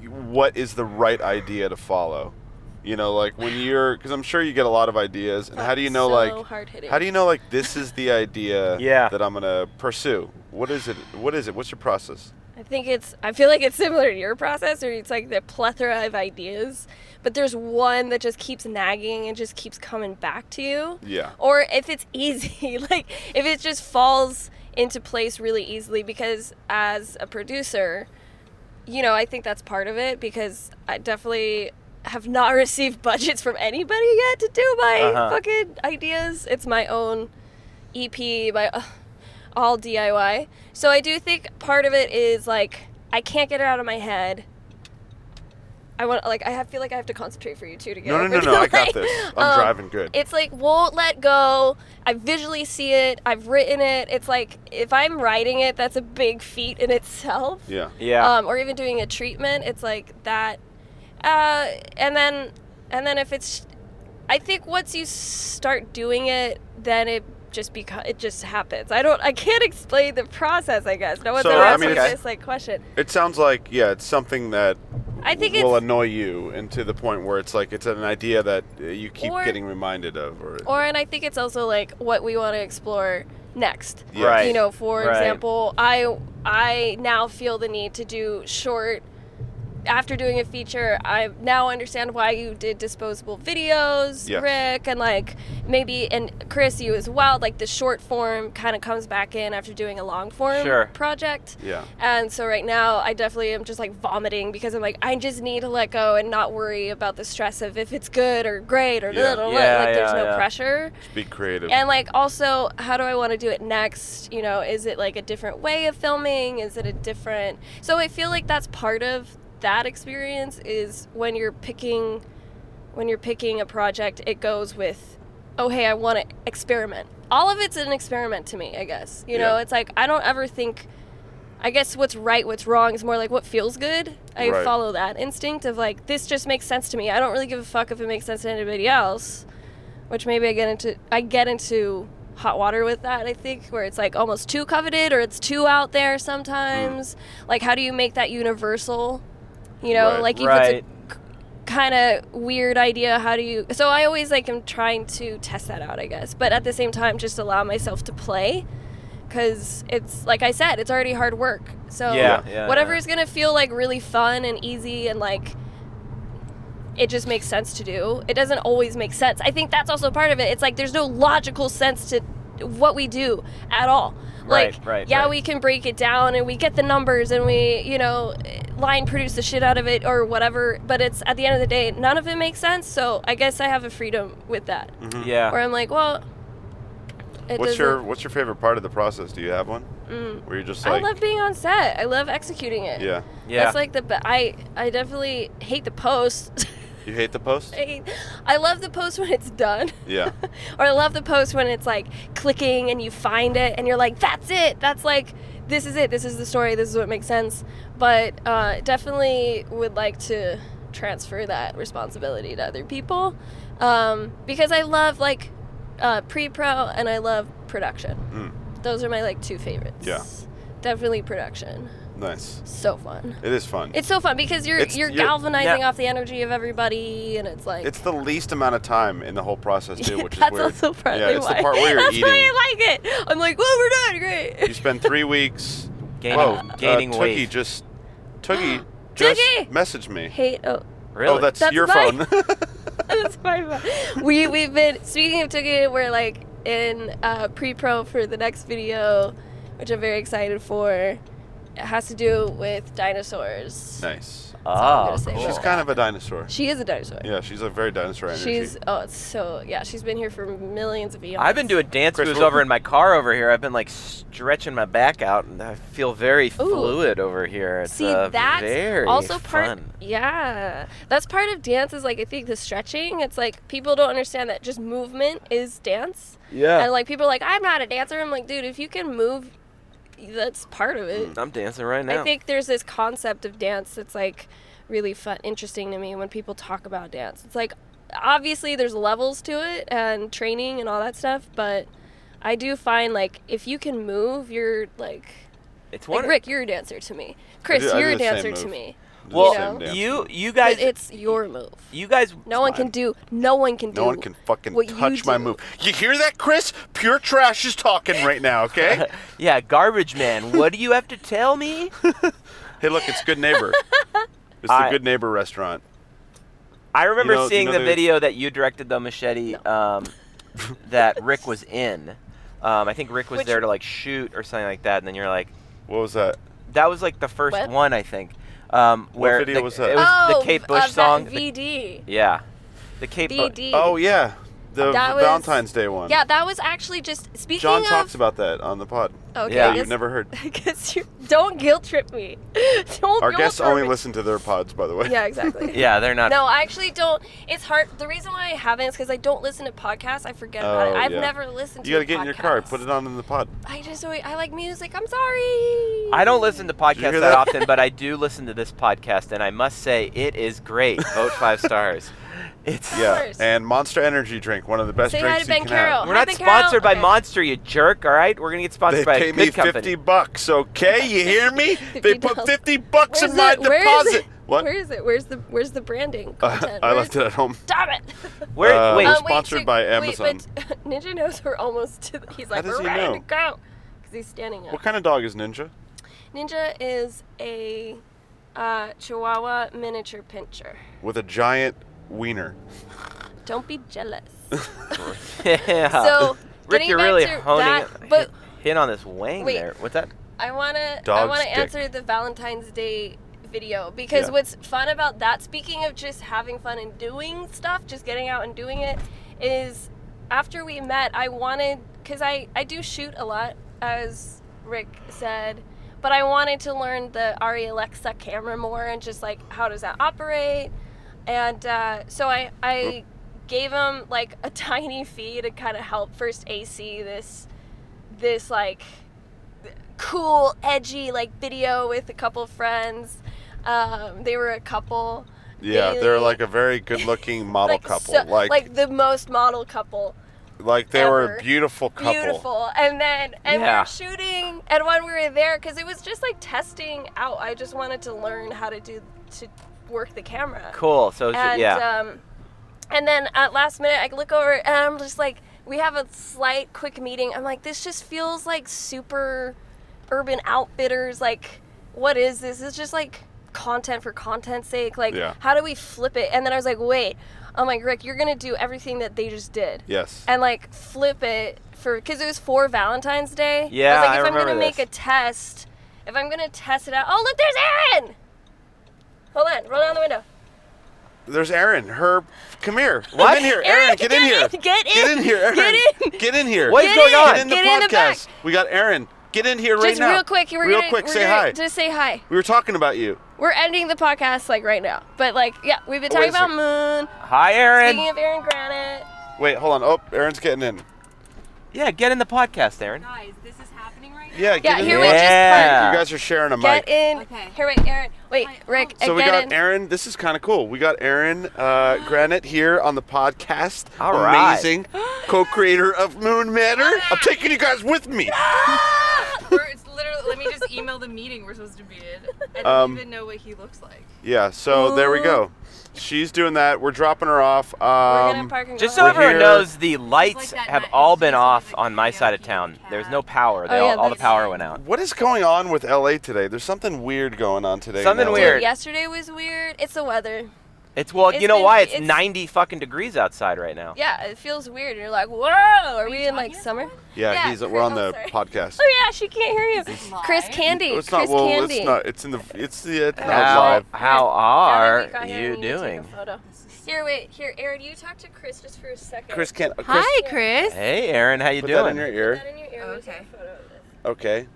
what is the right idea to follow? You know, like when you're because I'm sure you get a lot of ideas, and how do you know
so
like
hard-hitting.
how do you know like this is the idea
Yeah.
that I'm gonna pursue? What is it? What is it? What's your process?
I think it's. I feel like it's similar to your process, or it's like the plethora of ideas, but there's one that just keeps nagging and just keeps coming back to you.
Yeah.
Or if it's easy, <laughs> like if it just falls into place really easily, because as a producer, you know, I think that's part of it because I definitely have not <laughs> received budgets from anybody yet to do my
Uh-huh.
fucking ideas. It's my own EP, my uh, all DIY. So I do think part of it is like I can't get it out of my head. I want like I have, feel like I have to concentrate for you two to get.
No, no,
over
no,
the,
no. I got
<laughs> like,
this. I'm
um,
driving good.
It's like won't let go. I visually see it. I've written it. It's like if I'm writing it, that's a big feat in itself
yeah.
Yeah.
um, or even doing a treatment it's like that uh, and then and then if it's i think once you start doing it then it just beca- it just happens i don't i can't explain the process i guess no one's
So,
ever
I
asked
mean,
me
it's-
this like question
It sounds like yeah, it's something that
I think
will
it's-
annoy you, and to the point where it's like it's an idea that uh, you keep
Or-
getting reminded of, or,
or and i think it's also like what we want to explore next
Yeah.
Right.
you know for
Right.
example i i now feel the need to do short after doing a feature i now understand why you did disposable videos
Yes.
rick and like maybe and chris you as well like the short form kind of comes back in after doing a long form
Sure.
project
yeah.
and so right now, I definitely am just like vomiting because I'm like, I just need to let go and not worry about the stress of if it's good or great or
Yeah.
blah, blah, blah.
Yeah,
like there's
yeah,
no
yeah.
pressure.
Just be creative.
And like also, how do I want to do it next? You know, is it like a different way of filming? Is it a different? So I feel like that's part of that experience is when you're picking when you're picking a project, it goes with oh hey, I want to experiment. All of it's an experiment to me, I guess. You know,
Yeah.
it's like I don't ever think I guess what's right, what's wrong is more like what feels good. I
Right.
follow that instinct of like this just makes sense to me. I don't really give a fuck if it makes sense to anybody else which maybe I get into I get into hot water with that I think where it's like almost too coveted or it's too out there sometimes like how do you make that universal you know
Right.
like if
Mm. right.
it's a kind of weird idea how do you so I always like am trying to test that out I guess but at the same time just allow myself to play because it's like I said it's already hard work so
Yeah, yeah,
whatever
yeah.
is gonna feel like really fun and easy and like it just makes sense to do. It doesn't always make sense. I think that's also part of it. It's like there's no logical sense to what we do at all.
Right,
like,
right,
yeah,
right.
we can break it down and we get the numbers and we, you know, line produce the shit out of it or whatever. But it's at the end of the day, none of it makes sense. So I guess I have a freedom with that,
yeah.
where I'm like, well, it
Mm-hmm. what's
doesn't-
your What's your favorite part of the process? Do you have one?
Mm.
Where you're just
I
like,
love being on set. I love executing it.
yeah,
yeah.
That's like the be- I I definitely hate the post. <laughs>
you hate the post?
I, hate- I love the post when it's done. <laughs>
Yeah,
Or I love the post when it's like clicking and you find it and you're like, that's it. That's like, this is it. This is the story. This is what makes sense. But uh, definitely would like to transfer that responsibility to other people um, because I love like uh, pre pro and I love production.
Mm,
Those are my like two favorites.
Yeah.
Definitely production.
nice.
So fun.
It is fun.
It's so fun because you're
It's-
you're
you're-
galvanizing
yeah.
off the energy of everybody and it's like
It's the least amount of time in the whole process
<laughs>
too, which
that's
is weird.
also probably
yeah, it's
why.
the part where you're
that's
eating.
why I like it. I'm like, well, we're doing great. <laughs>
you spend three weeks. Oh,
gaining,
Whoa,
gaining
uh, Tookie
weight.
<gasps>
just Tookie Just
Doogie!
message
<laughs>
me.
Hate. Oh,
Really?
Oh, that's,
That's
your
mine.
phone.
<laughs> that's my bad. We we've been speaking of ticket. We're like in uh, pre-pro for the next video, which I'm very excited for. It has to do with dinosaurs.
nice.
oh,
gonna say.
cool.
She's kind of a dinosaur.
She is a dinosaur.
Yeah, she's a very dinosaur energy.
She's oh, it's so yeah. She's been here for millions of years.
I've been doing dance
Chris,
moves
what-
over in my car over here. I've been like stretching my back out, and I feel very fluid over here. It's
See,
uh,
that's
very
also part.
fun.
Yeah, that's part of dance. Is like I think the stretching. It's like people don't understand that just movement is dance.
Yeah,
And like people are like, I'm not a dancer. I'm like, dude, if you can move, that's part of it.
I'm dancing right now.
I think there's this concept of dance that's like really fun, interesting to me when people talk about dance. It's like obviously there's levels to it and training and all that stuff, but I do find like if you can move, you're like
it's one.
like Rick, you're a dancer to me. Chris,
do- I
you're
do
a
the same
dancer to
move.
me.
Do the
well,
same dance
you
move.
you
But
guys,
it's your move.
you guys,
No one can do. No one can do.
No one can fucking
what you
touch my
do.
move. You hear that, Chris? Pure trash is talking right now,
<laughs>
okay?
yeah, garbage man. what do you have to tell me?
hey, look, it's Good Neighbor. It's
I-
the Good Neighbor restaurant.
I remember
know- you
seeing
know
the
the-
video that you directed, though, Machete, um, that Rick was in. Um, I think Rick was
Which-
there to like shoot or something like that, and then you're like,
What was that?
that was like the first
What?
one, I think. Um, where
video
the-
was that?
It was
oh,
the Kate
of
Bush
that
song.
<laughs>
The-
VD.
yeah, the Kate. Bu-
VD.
Oh yeah, the
That was-
Valentine's Day one.
Yeah, that was actually just speaking
John
of.
talks about that on the pod.
Yeah.
okay,
Yeah,
I
you've
guess,
never heard.
<laughs> I guess you don't guilt trip me. <laughs> don't
Our
guilt
guests
trip
only
me.
listen to their pods, by the way.
<laughs> Yeah, exactly.
yeah, they're not.
No, I actually don't. It's hard. The reason why I haven't is because I don't listen to podcasts. I forget about
Oh,
it. I've
yeah.
never listened
<laughs>
to.
You gotta get in your car, put it on in the pod.
I just always, I like music. I'm sorry.
I don't listen to podcasts
hear
that?
that?
often, but I do listen to this podcast, and I must say it is great.
<laughs>
Vote five stars. It's
Yeah,
course.
and Monster Energy drink, one of the best
Say hi
drinks
to
you
Ben
can
Carroll.
have.
We're
Hi,
not
Ben Carroll.
sponsored by
Okay.
Monster, you jerk. All right, we're gonna get sponsored
They
by
pay
a
me
good
fifty
company.
bucks, okay? You hear
<laughs>
me? they put
$50.
fifty bucks
Where's
in my
it? Where is
deposit.
<laughs> it?
What?
Where is it? Where's the Where's the branding?
Uh,
content?
I
Where's-
left it at home.
<laughs> Stop it.
Where?
Uh,
wait,
We're
Um,
sponsored
wait,
by
wait, but <laughs>
Amazon.
Ninja knows we're almost to. The, he's like,
does
we're
he
ready
know?
to go. Because he's standing up.
What kind of dog is Ninja?
Ninja is a uh, Chihuahua miniature pincher.
With a giant
<laughs>
wiener. <laughs>
Don't be jealous.
yeah.
<laughs> So,
<laughs> Rick,
getting
you're
back
really
to
honing
that,
it.
but-
hit on this wang
Wait.
there. What's that?
I wanna I
Dog
wanna
stick.
answer the Valentine's Day video because
Yeah.
what's fun about that, speaking of just having fun and doing stuff, just getting out and doing it, is after we met, I wanted because I I do shoot a lot, as Rick said. But I wanted to learn the Arri Alexa camera more and just like how does that operate, and uh, so I I gave him like a <laughs> tiny fee to kind of help first AC this this like cool, edgy like video with a couple friends. Um, they were a couple.
Yeah,
They-
they're like a very
<laughs>
good-looking model couple.
so-
like, like,
the most model couple.
they were
ever.
a beautiful couple.
Beautiful. And then and we
Yeah.
were shooting and when we were there cuz it was just like testing out. I just wanted to learn how to do to work the camera.
Cool. So it's-
And
yeah.
um and then at last minute I look over and I'm just like we have a slight quick meeting. I'm like this just feels like super urban outfitters like what is this? It's just like content for content's sake. Like
Yeah.
how do we flip it? And then I was like, "Wait. I'm like, Rick, you're going to do everything that they just did."
Yes.
and like flip it for because it was for Valentine's Day.
Yeah,
I was like,
I
if am
remember
gonna make
this.
a test, if I'm gonna test it out, oh look, there's Aaron. Hold on, roll down the window.
There's Aaron. Her, come here.
What?
Come in here, Aaron. Get, in here.
Get in.
Get in here, Aaron.
Get in.
Get in here.
What is
Get
going
in,
on?
Get in the
Get in the back.
podcast. we got Aaron. Get in here right
Just
now.
real quick, we're
real
gonna,
quick.
we're
say
gonna
hi.
Just say hi.
We were talking about you.
We're ending the podcast like right now, but like yeah, we've been
Oh, wait
talking
a
about Moon.
Hi, Aaron.
Speaking of Aaron Granite,
Wait, hold on. Oh, Aaron's getting in.
yeah, get in the podcast, Aaron.
Guys, this is happening right now.
Yeah. Get
yeah,
in
here
the
we just
mic.
Yeah.
parked.
You guys are sharing a
Get
mic.
in.
Okay.
Here, wait, Aaron. Wait,
Hi.
Rick.
Oh.
So we
get
got
in.
Aaron. This is kind of cool. We got Aaron uh, Granite here on the podcast.
All right. <gasps>
Amazing
<gasps>
co-creator of Moon Matter. I'm taking you guys with me.
We're, it's literally, let me just email the meeting we're supposed to be in. I
<laughs>
don't
Um,
even know what he looks like.
Yeah, so there we go. She's doing that. We're dropping her off.
We're gonna
Um,
park and
Just
go
so
We're
home.
everyone
here.
knows, the lights
that
have
night.
all been
It's
off
like
on my
the
side of
Yankee
town. There's
cab.
no power. They
Oh,
all,
yeah,
all the
that's-
power went out.
what is going on with LA today? There's something weird going on today. in
Something
LA.
weird.
Yesterday was weird. It's the weather.
It's well,
It's
you know
been-
why? It's,
it's-
90 fucking degrees outside right now.
Yeah, it feels weird. You're like, whoa, are we
you
in like
talking to
summer?
someone?
Yeah,
Yeah,
he's, we're on the
oh, <laughs> sorry.
podcast.
Oh yeah, she can't hear you.
This is live.
Chris Candy.
It's not.
Chris
Well,
Candy.
it's not. It's in the. It's the. It's not
How,
live.
how
Now that
are
we got here,
you
we need to take a
doing?
photo. Here, wait. Here, Aaron, you talk to Chris just for a second.
Chris can't. Chris,
Hi, Chris.
Hey, Aaron, how you
put
doing?
that in your ear.
Put that in your ear. We'll take
Oh, Okay.
a photo of this.
Okay.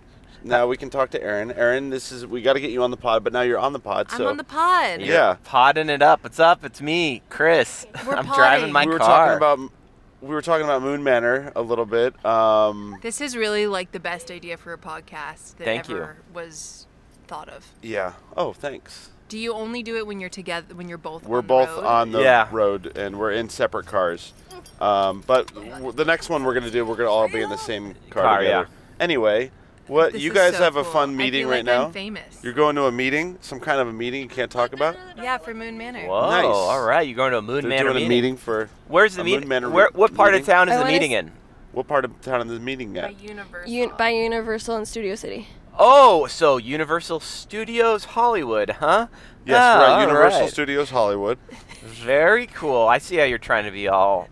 Now we can talk to Aaron. Aaron, this is. We got to get you on the pod, but now you're on the pod.
I'm
so
on the pod.
Yeah.
Podding it up. What's up? It's me, Chris.
We're
<laughs> I'm driving
podding.
my
we were
car.
talking about. We were talking about Moon Manor a little bit. Um,
This is really like the best idea for a podcast that
Thank you.
ever was thought of.
yeah. Oh, thanks.
Do you only do it when you're together, when you're both?
We're
on the
both
road?
on the
Yeah.
road and we're in separate cars. Um, but w- the next one we're gonna do, we're gonna all be in the same car,
Car,
together. Anyway, what
This
you
is
guys
so
have a
cool.
fun
I
meeting
feel
right
like I'm
now?
famous.
You're going to a meeting, some kind of a meeting you can't talk about.
yeah, for Moon Manor.
Whoa!
Nice.
All right, you're going to a Moon
They're
Manor
doing a meeting for
Where's the
a Moon
meeting?
Manor
Where, what part of
meeting?
town is
I
the
wanna
meeting
s-
in?
what part of town is the meeting
By
at?
Universal.
Un- by Universal and Studio City.
Oh, so Universal Studios Hollywood, huh?
Yes,
Ah,
right.
all
Universal
right.
Studios Hollywood.
Very cool. I see how you're trying to be
<laughs>
all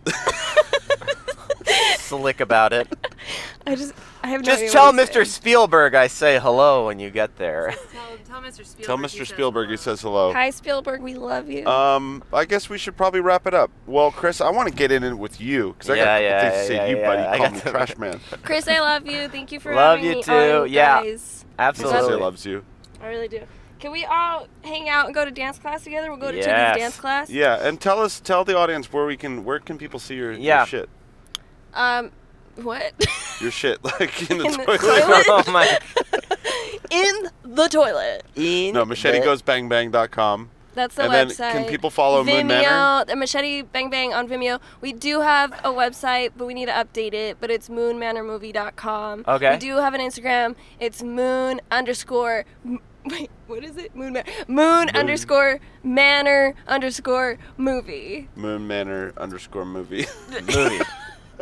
slick about it.
I just, I have no
Just
idea
tell
what to
Mr.
say.
Spielberg I say hello when you get there.
tell, tell Mr. Spielberg.
Tell Mr. Spielberg he says hello.
Hi Spielberg, we love you.
Uh,
Um, I guess we should probably wrap it up. Well, Chris, I want to get in it with you because I got
Yeah,
a couple
yeah,
things
yeah,
to say
yeah,
to you,
yeah.
buddy.
I
Call
got
me
<laughs> some-
Trash Man.
Chris, I love you. Thank you for
Love
having
you
me
too.
on,
Yeah.
guys.
He says he
Absolutely.
loves you.
I really do. Can we all hang out and go to dance class together? We'll go to
Yes.
Toothie's dance class.
Yeah, and tell us, tell the audience where we can, where can people see your, your
Yeah.
shit,
Um, what?
your shit, <laughs> like in the
In the
toilet.
toilet?
<laughs> oh my.
<laughs> In the toilet.
<laughs> No, machetegoesbangbang.com.
That's the
And then
website.
can people follow
Vimeo,
Moon Manor?
the Machete Bang Bang on Vimeo. We do have a website, but we need to update it. But it's moonmanormovie.com.
Okay.
We do have an Instagram. It's moon underscore. m- <laughs> Wait, what is it? Moon Manor. Moon, underscore manor underscore movie.
Moon Manor underscore movie.
<laughs> Movie.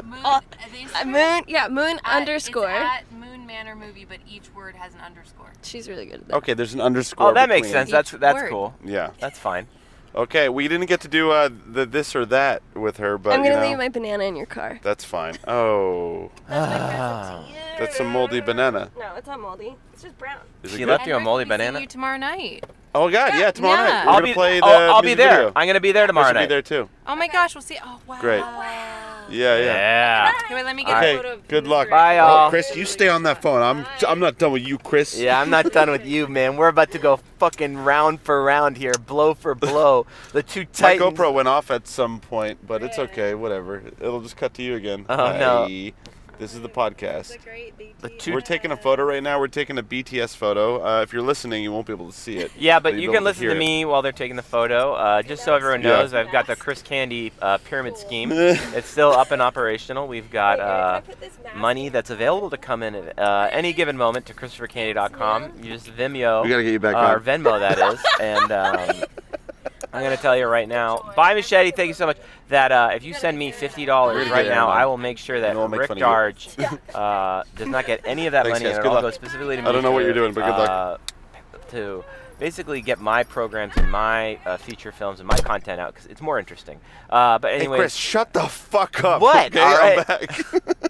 Moon,
Uh,
they
Uh,
said
moon, yeah, moon
at-
underscore.
Uh, It's at Moon Manor movie, but each word has an underscore.
She's really good at
<laughs>
that.
okay, there's an underscore.
Oh, that makes
between-
sense. That's
Each
that's
word.
cool.
Yeah.
That's fine.
Okay, we didn't get to do uh, the this or that with her, but
I'm gonna
you know,
leave my banana in your car.
that's fine. Oh, Ah. that's a moldy banana.
No, it's not moldy. It's just brown.
Is it
She
good?
left- Left
And
you a
we're
moldy
gonna be seeing
banana?
You tomorrow night.
Oh God, yeah, tomorrow
Yeah.
night we're
I'll
gonna
be,
play the.
I'll, I'll be
music
there.
Video.
I'm gonna be there tomorrow
Chris will
night.
be there too.
Oh my gosh, we'll see. Oh wow.
Great.
Wow.
Yeah, yeah.
Yeah.
Okay, wait, let me get
Okay,
a photo of
good
Mr.
luck.
Bye,
Oh,
y'all.
Chris, you stay on that phone. I'm I'm not done with you, Chris.
<laughs> Yeah, I'm not done with you, man. We're about to go fucking round for round here,
<laughs>
blow for blow. The two
My
titans.
GoPro went off at some point, but it's okay. Whatever. It'll just cut to you again.
Oh, no.
Bye. This is the podcast.
great BTS.
The two.
We're taking a photo right now. We're taking a BTS photo. Uh, if you're listening, you won't be able to see it.
Yeah, but
you'll
you
be able
can listen
hear
to me while they're taking the photo. Uh, just so everyone
Yeah.
knows, I've got the Chris Candy uh,
<laughs>
pyramid scheme.
it.
It's still up and operational. We've got uh, money that's available to come in at uh, any given moment to ChristopherCandy.com. Use Vimeo.
we gotta get you back
uh, or
on.
Venmo, that
<laughs>
is. and um, I'm gonna tell you right now, bye, Machete. Thank you so much. That uh, if you send me fifty
We're
dollars
gonna
right
get
now,
Aaron on.
I will make sure that
And we'll make
Rick
fun of you.
Darge
<laughs>
uh, does not get any of that
Thanks,
money,
guys.
and it
Good
all
luck.
goes specifically to me.
I don't know what
to,
you're doing, but good luck.
uh, To basically get my programs and my uh, feature films and my content out because it's more interesting. Uh, but
Hey,
anyways,
Chris, shut the fuck up.
What?
Okay,
All
I'm
right.
back. <laughs>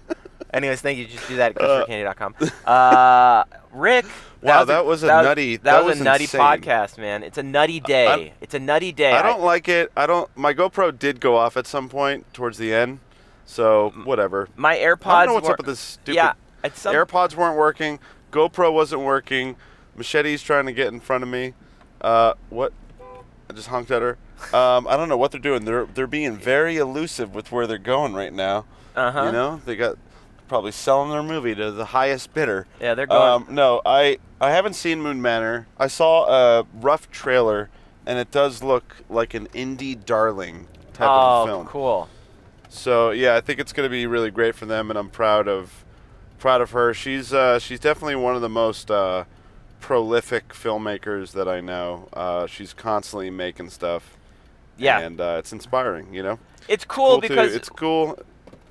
anyways, thank you. Just do that at ChristopherCandy.com. Uh,
<laughs>
Rick.
Wow, that was a
that
nutty-
That,
that
was,
was
a nutty
insane.
podcast, man. It's a nutty day.
I'm-
it's a nutty day.
I don't like it. I don't. My GoPro did go off at some point towards the end, so whatever.
My AirPods.
I don't know what's
were-
up with this stupid.
Yeah, it's some,
AirPods weren't working. GoPro wasn't working. Machete's trying to get in front of me. Uh, what? I just honked at her. Um, I don't know what they're doing. They're they're being very elusive with where they're going right now.
Uh-huh.
You know, they got probably selling their movie to the highest bidder.
Yeah, they're going-
Um, no, I I haven't seen Moon Manor. I saw a rough trailer, and it does look like an indie darling type
oh,
of film.
cool.
So yeah, I think it's going to be really great for them, and I'm proud of proud of her. She's uh, she's definitely one of the most uh, prolific filmmakers that I know. Uh, she's constantly making stuff.
Yeah.
and uh, it's inspiring. You know,
It's cool,
too.
because
it's cool.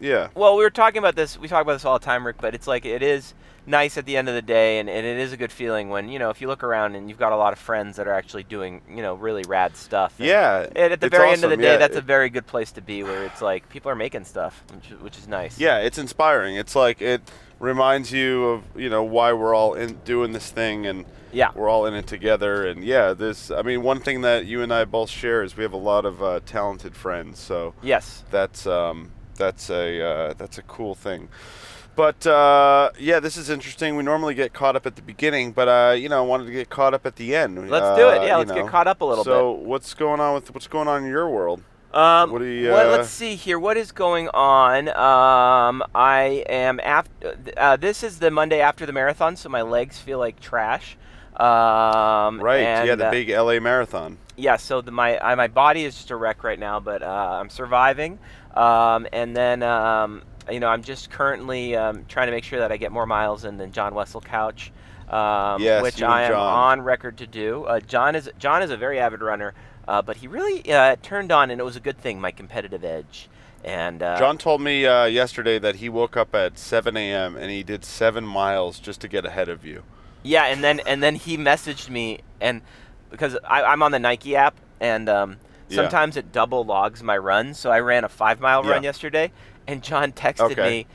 Yeah,
well, we were talking about this. We talk about this all the time, Rick. But it's like it is nice at the end of the day, and, and it is a good feeling when you know if you look around and you've got a lot of friends that are actually doing you know really rad stuff. And,
yeah.
And at the
it's
very end
awesome,
of the day,
yeah.
that's a very good place to be, where it's like people are making stuff, which, which is nice.
yeah, it's inspiring. It's like it reminds you of you know why we're all in doing this thing and
Yeah.
we're all in it together. And yeah, this. I mean, one thing that you and I both share is we have a lot of uh, talented friends. So
Yes.
that's um, that's a uh, that's a cool thing. But uh, yeah, this is interesting. We normally get caught up at the beginning, but uh, you know, I wanted to get caught up at the end.
Let's do it.
Uh,
Yeah,
you
let's get
know.
caught up a little bit.
So what's going on with what's going on in your world?
Um,
What do you,
what-
uh,
let's see here. What is going on? Um, I am after. Uh, this is the Monday after the marathon, so my legs feel like trash. Um,
Right.
and,
yeah, the
uh,
big LA marathon.
yeah. So the, my I, my body is just a wreck right now, but uh, I'm surviving. Um, and then um, you know I'm just currently um, trying to make sure that I get more miles in than John Wessel Couch, um,
Yes,
which
you and
I am
John.
on record to do. Uh, John is John is a very avid runner, uh, but he really uh, turned on, and it was a good thing. My competitive edge. And uh,
John told me uh, yesterday that he woke up at 7 a.m. and he did seven miles just to get ahead of you.
Yeah, and then and then he messaged me, and because I, I'm on the Nike app, and um,
Yeah.
sometimes it double logs my runs. So I ran a five mile run
Yeah.
yesterday, and John texted
Okay.
me,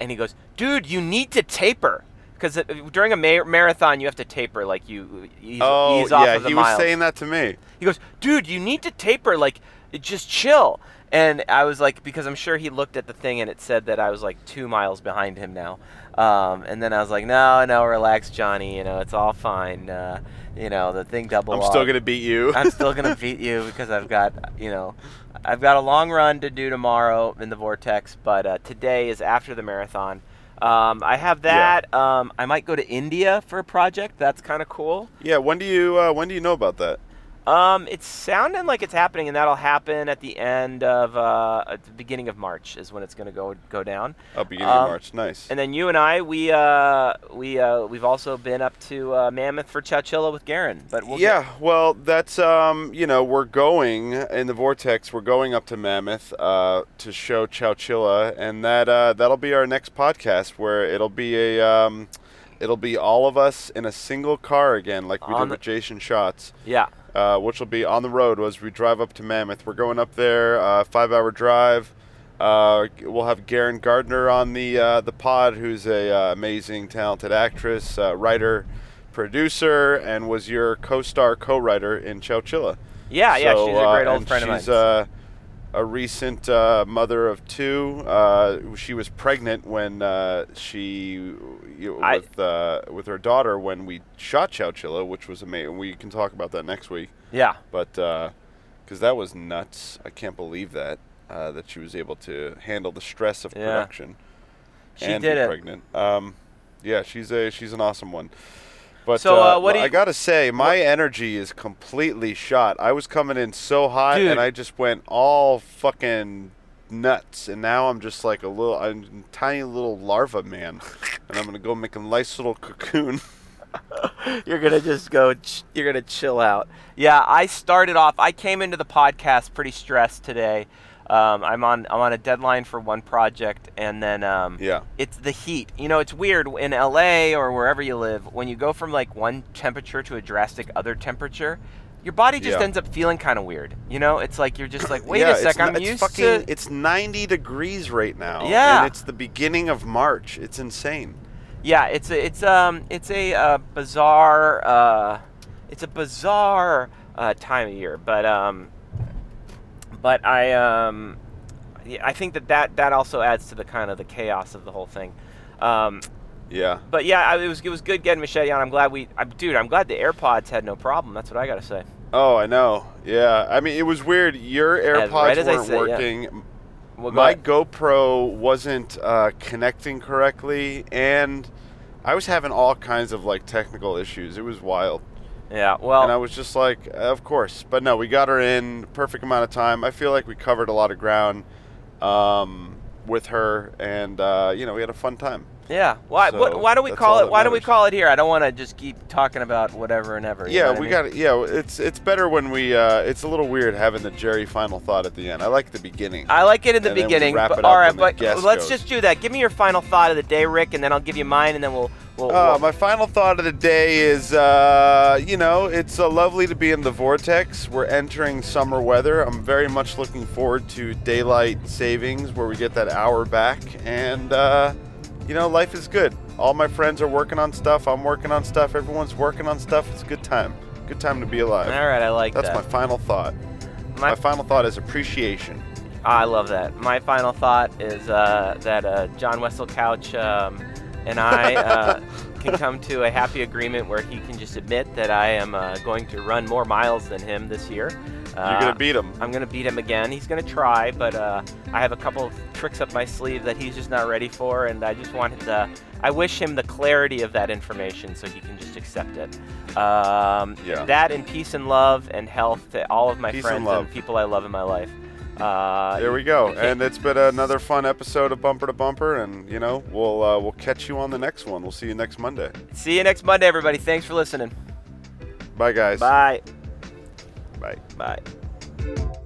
and he goes, "Dude, you need to taper." Because during a ma- marathon, you have to taper, like you ease,
oh,
ease off
yeah,
of the
he was
miles.
saying that to me.
He goes, dude, you need to taper. Like, just chill. And I was like, because I'm sure he looked at the thing and it said that I was like two miles behind him now. Um, and then I was like, no, no, relax, Johnny. You know, it's all fine. Uh, you know, the thing double.
I'm still
logged.
gonna beat you.
<laughs> I'm still gonna beat you because I've got you know, I've got a long run to do tomorrow in the vortex. But uh, today is after the marathon. Um, I have
Yeah.
that. Um, I might go to India for a project. That's kind of cool.
yeah. When do you uh, when do you know about that?
Um, it's sounding like it's happening, and that'll happen at the end of uh, at the beginning of March is when it's going to go go down.
Oh, beginning
Um,
of March. Nice.
And then you and I, we uh, we uh, we've also been up to uh, Mammoth for Chowchilla with Garen, but we'll get-
yeah, well, that's um, you know, we're going in the vortex. We're going up to Mammoth uh, to show Chowchilla, and that uh, that'll be our next podcast where it'll be a um, it'll be all of us in a single car again, like we
On
did
the-
with Jason Shots.
yeah,
uh, which will be on the road as we drive up to Mammoth. We're going up there, uh, five hour drive. Uh, we'll have Garen Gardner on the uh, the pod, who's a uh, amazing, talented actress, uh, writer, producer, and was your co-star, co-writer in Chowchilla.
yeah, yeah.
So,
She's a
uh,
great old
and
friend of mine.
She's uh, a recent uh, mother of two. Uh, she was pregnant when uh, she you know,
I-
with uh, with her daughter when we shot Chowchilla, which was amazing. We can talk about that next week
yeah,
but because that was nuts, I can't believe that uh, that she was able to handle the stress of
Yeah.
production
she
and
did
be
it.
pregnant. Um, yeah, she's a she's an awesome one. But
So, uh,
uh,
what do
well, I
you-
gotta say, my energy is completely shot. I was coming in so hot,
Dude.
and I just went all fucking nuts, and now I'm just like a little, I'm a tiny little larva man, and I'm gonna go make a nice little cocoon. <laughs>
you're gonna just go ch- you're gonna chill out yeah i started off i came into the podcast pretty stressed today um, i'm on i'm on a deadline for one project and then um,
Yeah.
it's the heat you know it's weird in la or wherever you live when you go from like one temperature to a drastic other temperature your body just
Yeah.
ends up feeling kind of weird you know it's like
<clears throat>
you're just like wait
Yeah,
a sec
it's n-
i'm
it's
used
fucking,
to
It's 90 degrees right now.
Yeah.
And it's the beginning of March. It's insane.
Yeah, it's a, it's um it's a uh, bizarre uh, it's a bizarre uh, time of year, but um but I um yeah, I think that, that that also adds to the kind of the chaos of the whole thing. Um,
Yeah.
but yeah, I, it was it was good getting Machete on. I'm glad we I, dude, I'm glad the AirPods had no problem. That's what I got to say.
Oh, I know. Yeah. I mean, it was weird. Your
As-
AirPods
right as I
weren't
said, yeah.
working.
Well, go
My
ahead.
GoPro wasn't uh, connecting correctly, and I was having all kinds of like technical issues. It was wild.
yeah, well
And I was just like, of course. But no, we got her in perfect amount of time. I feel like we covered a lot of ground um, with her, and uh, you know, we had a fun time.
Yeah. Why?
So,
what, why do we
that's
call
all
it?
that
Why do we
matters.
call it here? I don't want to just keep talking about whatever and ever. you know
Yeah,
what I
we
mean?
got. Yeah, it's it's better when we. Uh, it's a little weird having the Jerry final thought at the end. I like the beginning.
I like it in the
And then we
beginning,
wrap
but
it up
all right,
when the
but
guest
let's
goes.
just do that. Give me your final thought of the day, Rick, and then I'll give you mine, and then we'll. we'll,
Uh,
Oh, we'll-
my final thought of the day is, uh, you know, it's uh, lovely to be in the vortex. We're entering summer weather. I'm very much looking forward to daylight savings, where we get that hour back, and uh, you know, life is good. All my friends are working on stuff. I'm working on stuff. Everyone's working on stuff. It's a good time. Good time to be alive.
all right, I like
That's my
that.
final thought.
My-
my final thought is appreciation.
Ah, I love that. My final thought is uh, that uh, John Wessel Couch um, and
<laughs>
I uh, can come to a happy agreement where he can just admit that I am uh, going to run more miles than him this year. Uh,
You're gonna beat him.
I'm gonna beat him again. He's gonna try, but uh, I have a couple of tricks up my sleeve that he's just not ready for, and I just want the. I wish him the clarity of that information so he can just accept it. Um,
Yeah.
That and peace and love and health to all of my
Peace and
friends
love.
people I love in my life. Uh,
There we go.
Okay.
And it's been another fun episode of Bumper to Bumper, and you know we'll uh, we'll catch you on the next one. We'll see you next Monday.
See you next Monday, everybody. Thanks for listening.
Bye guys.
Bye.
Bye.
Bye.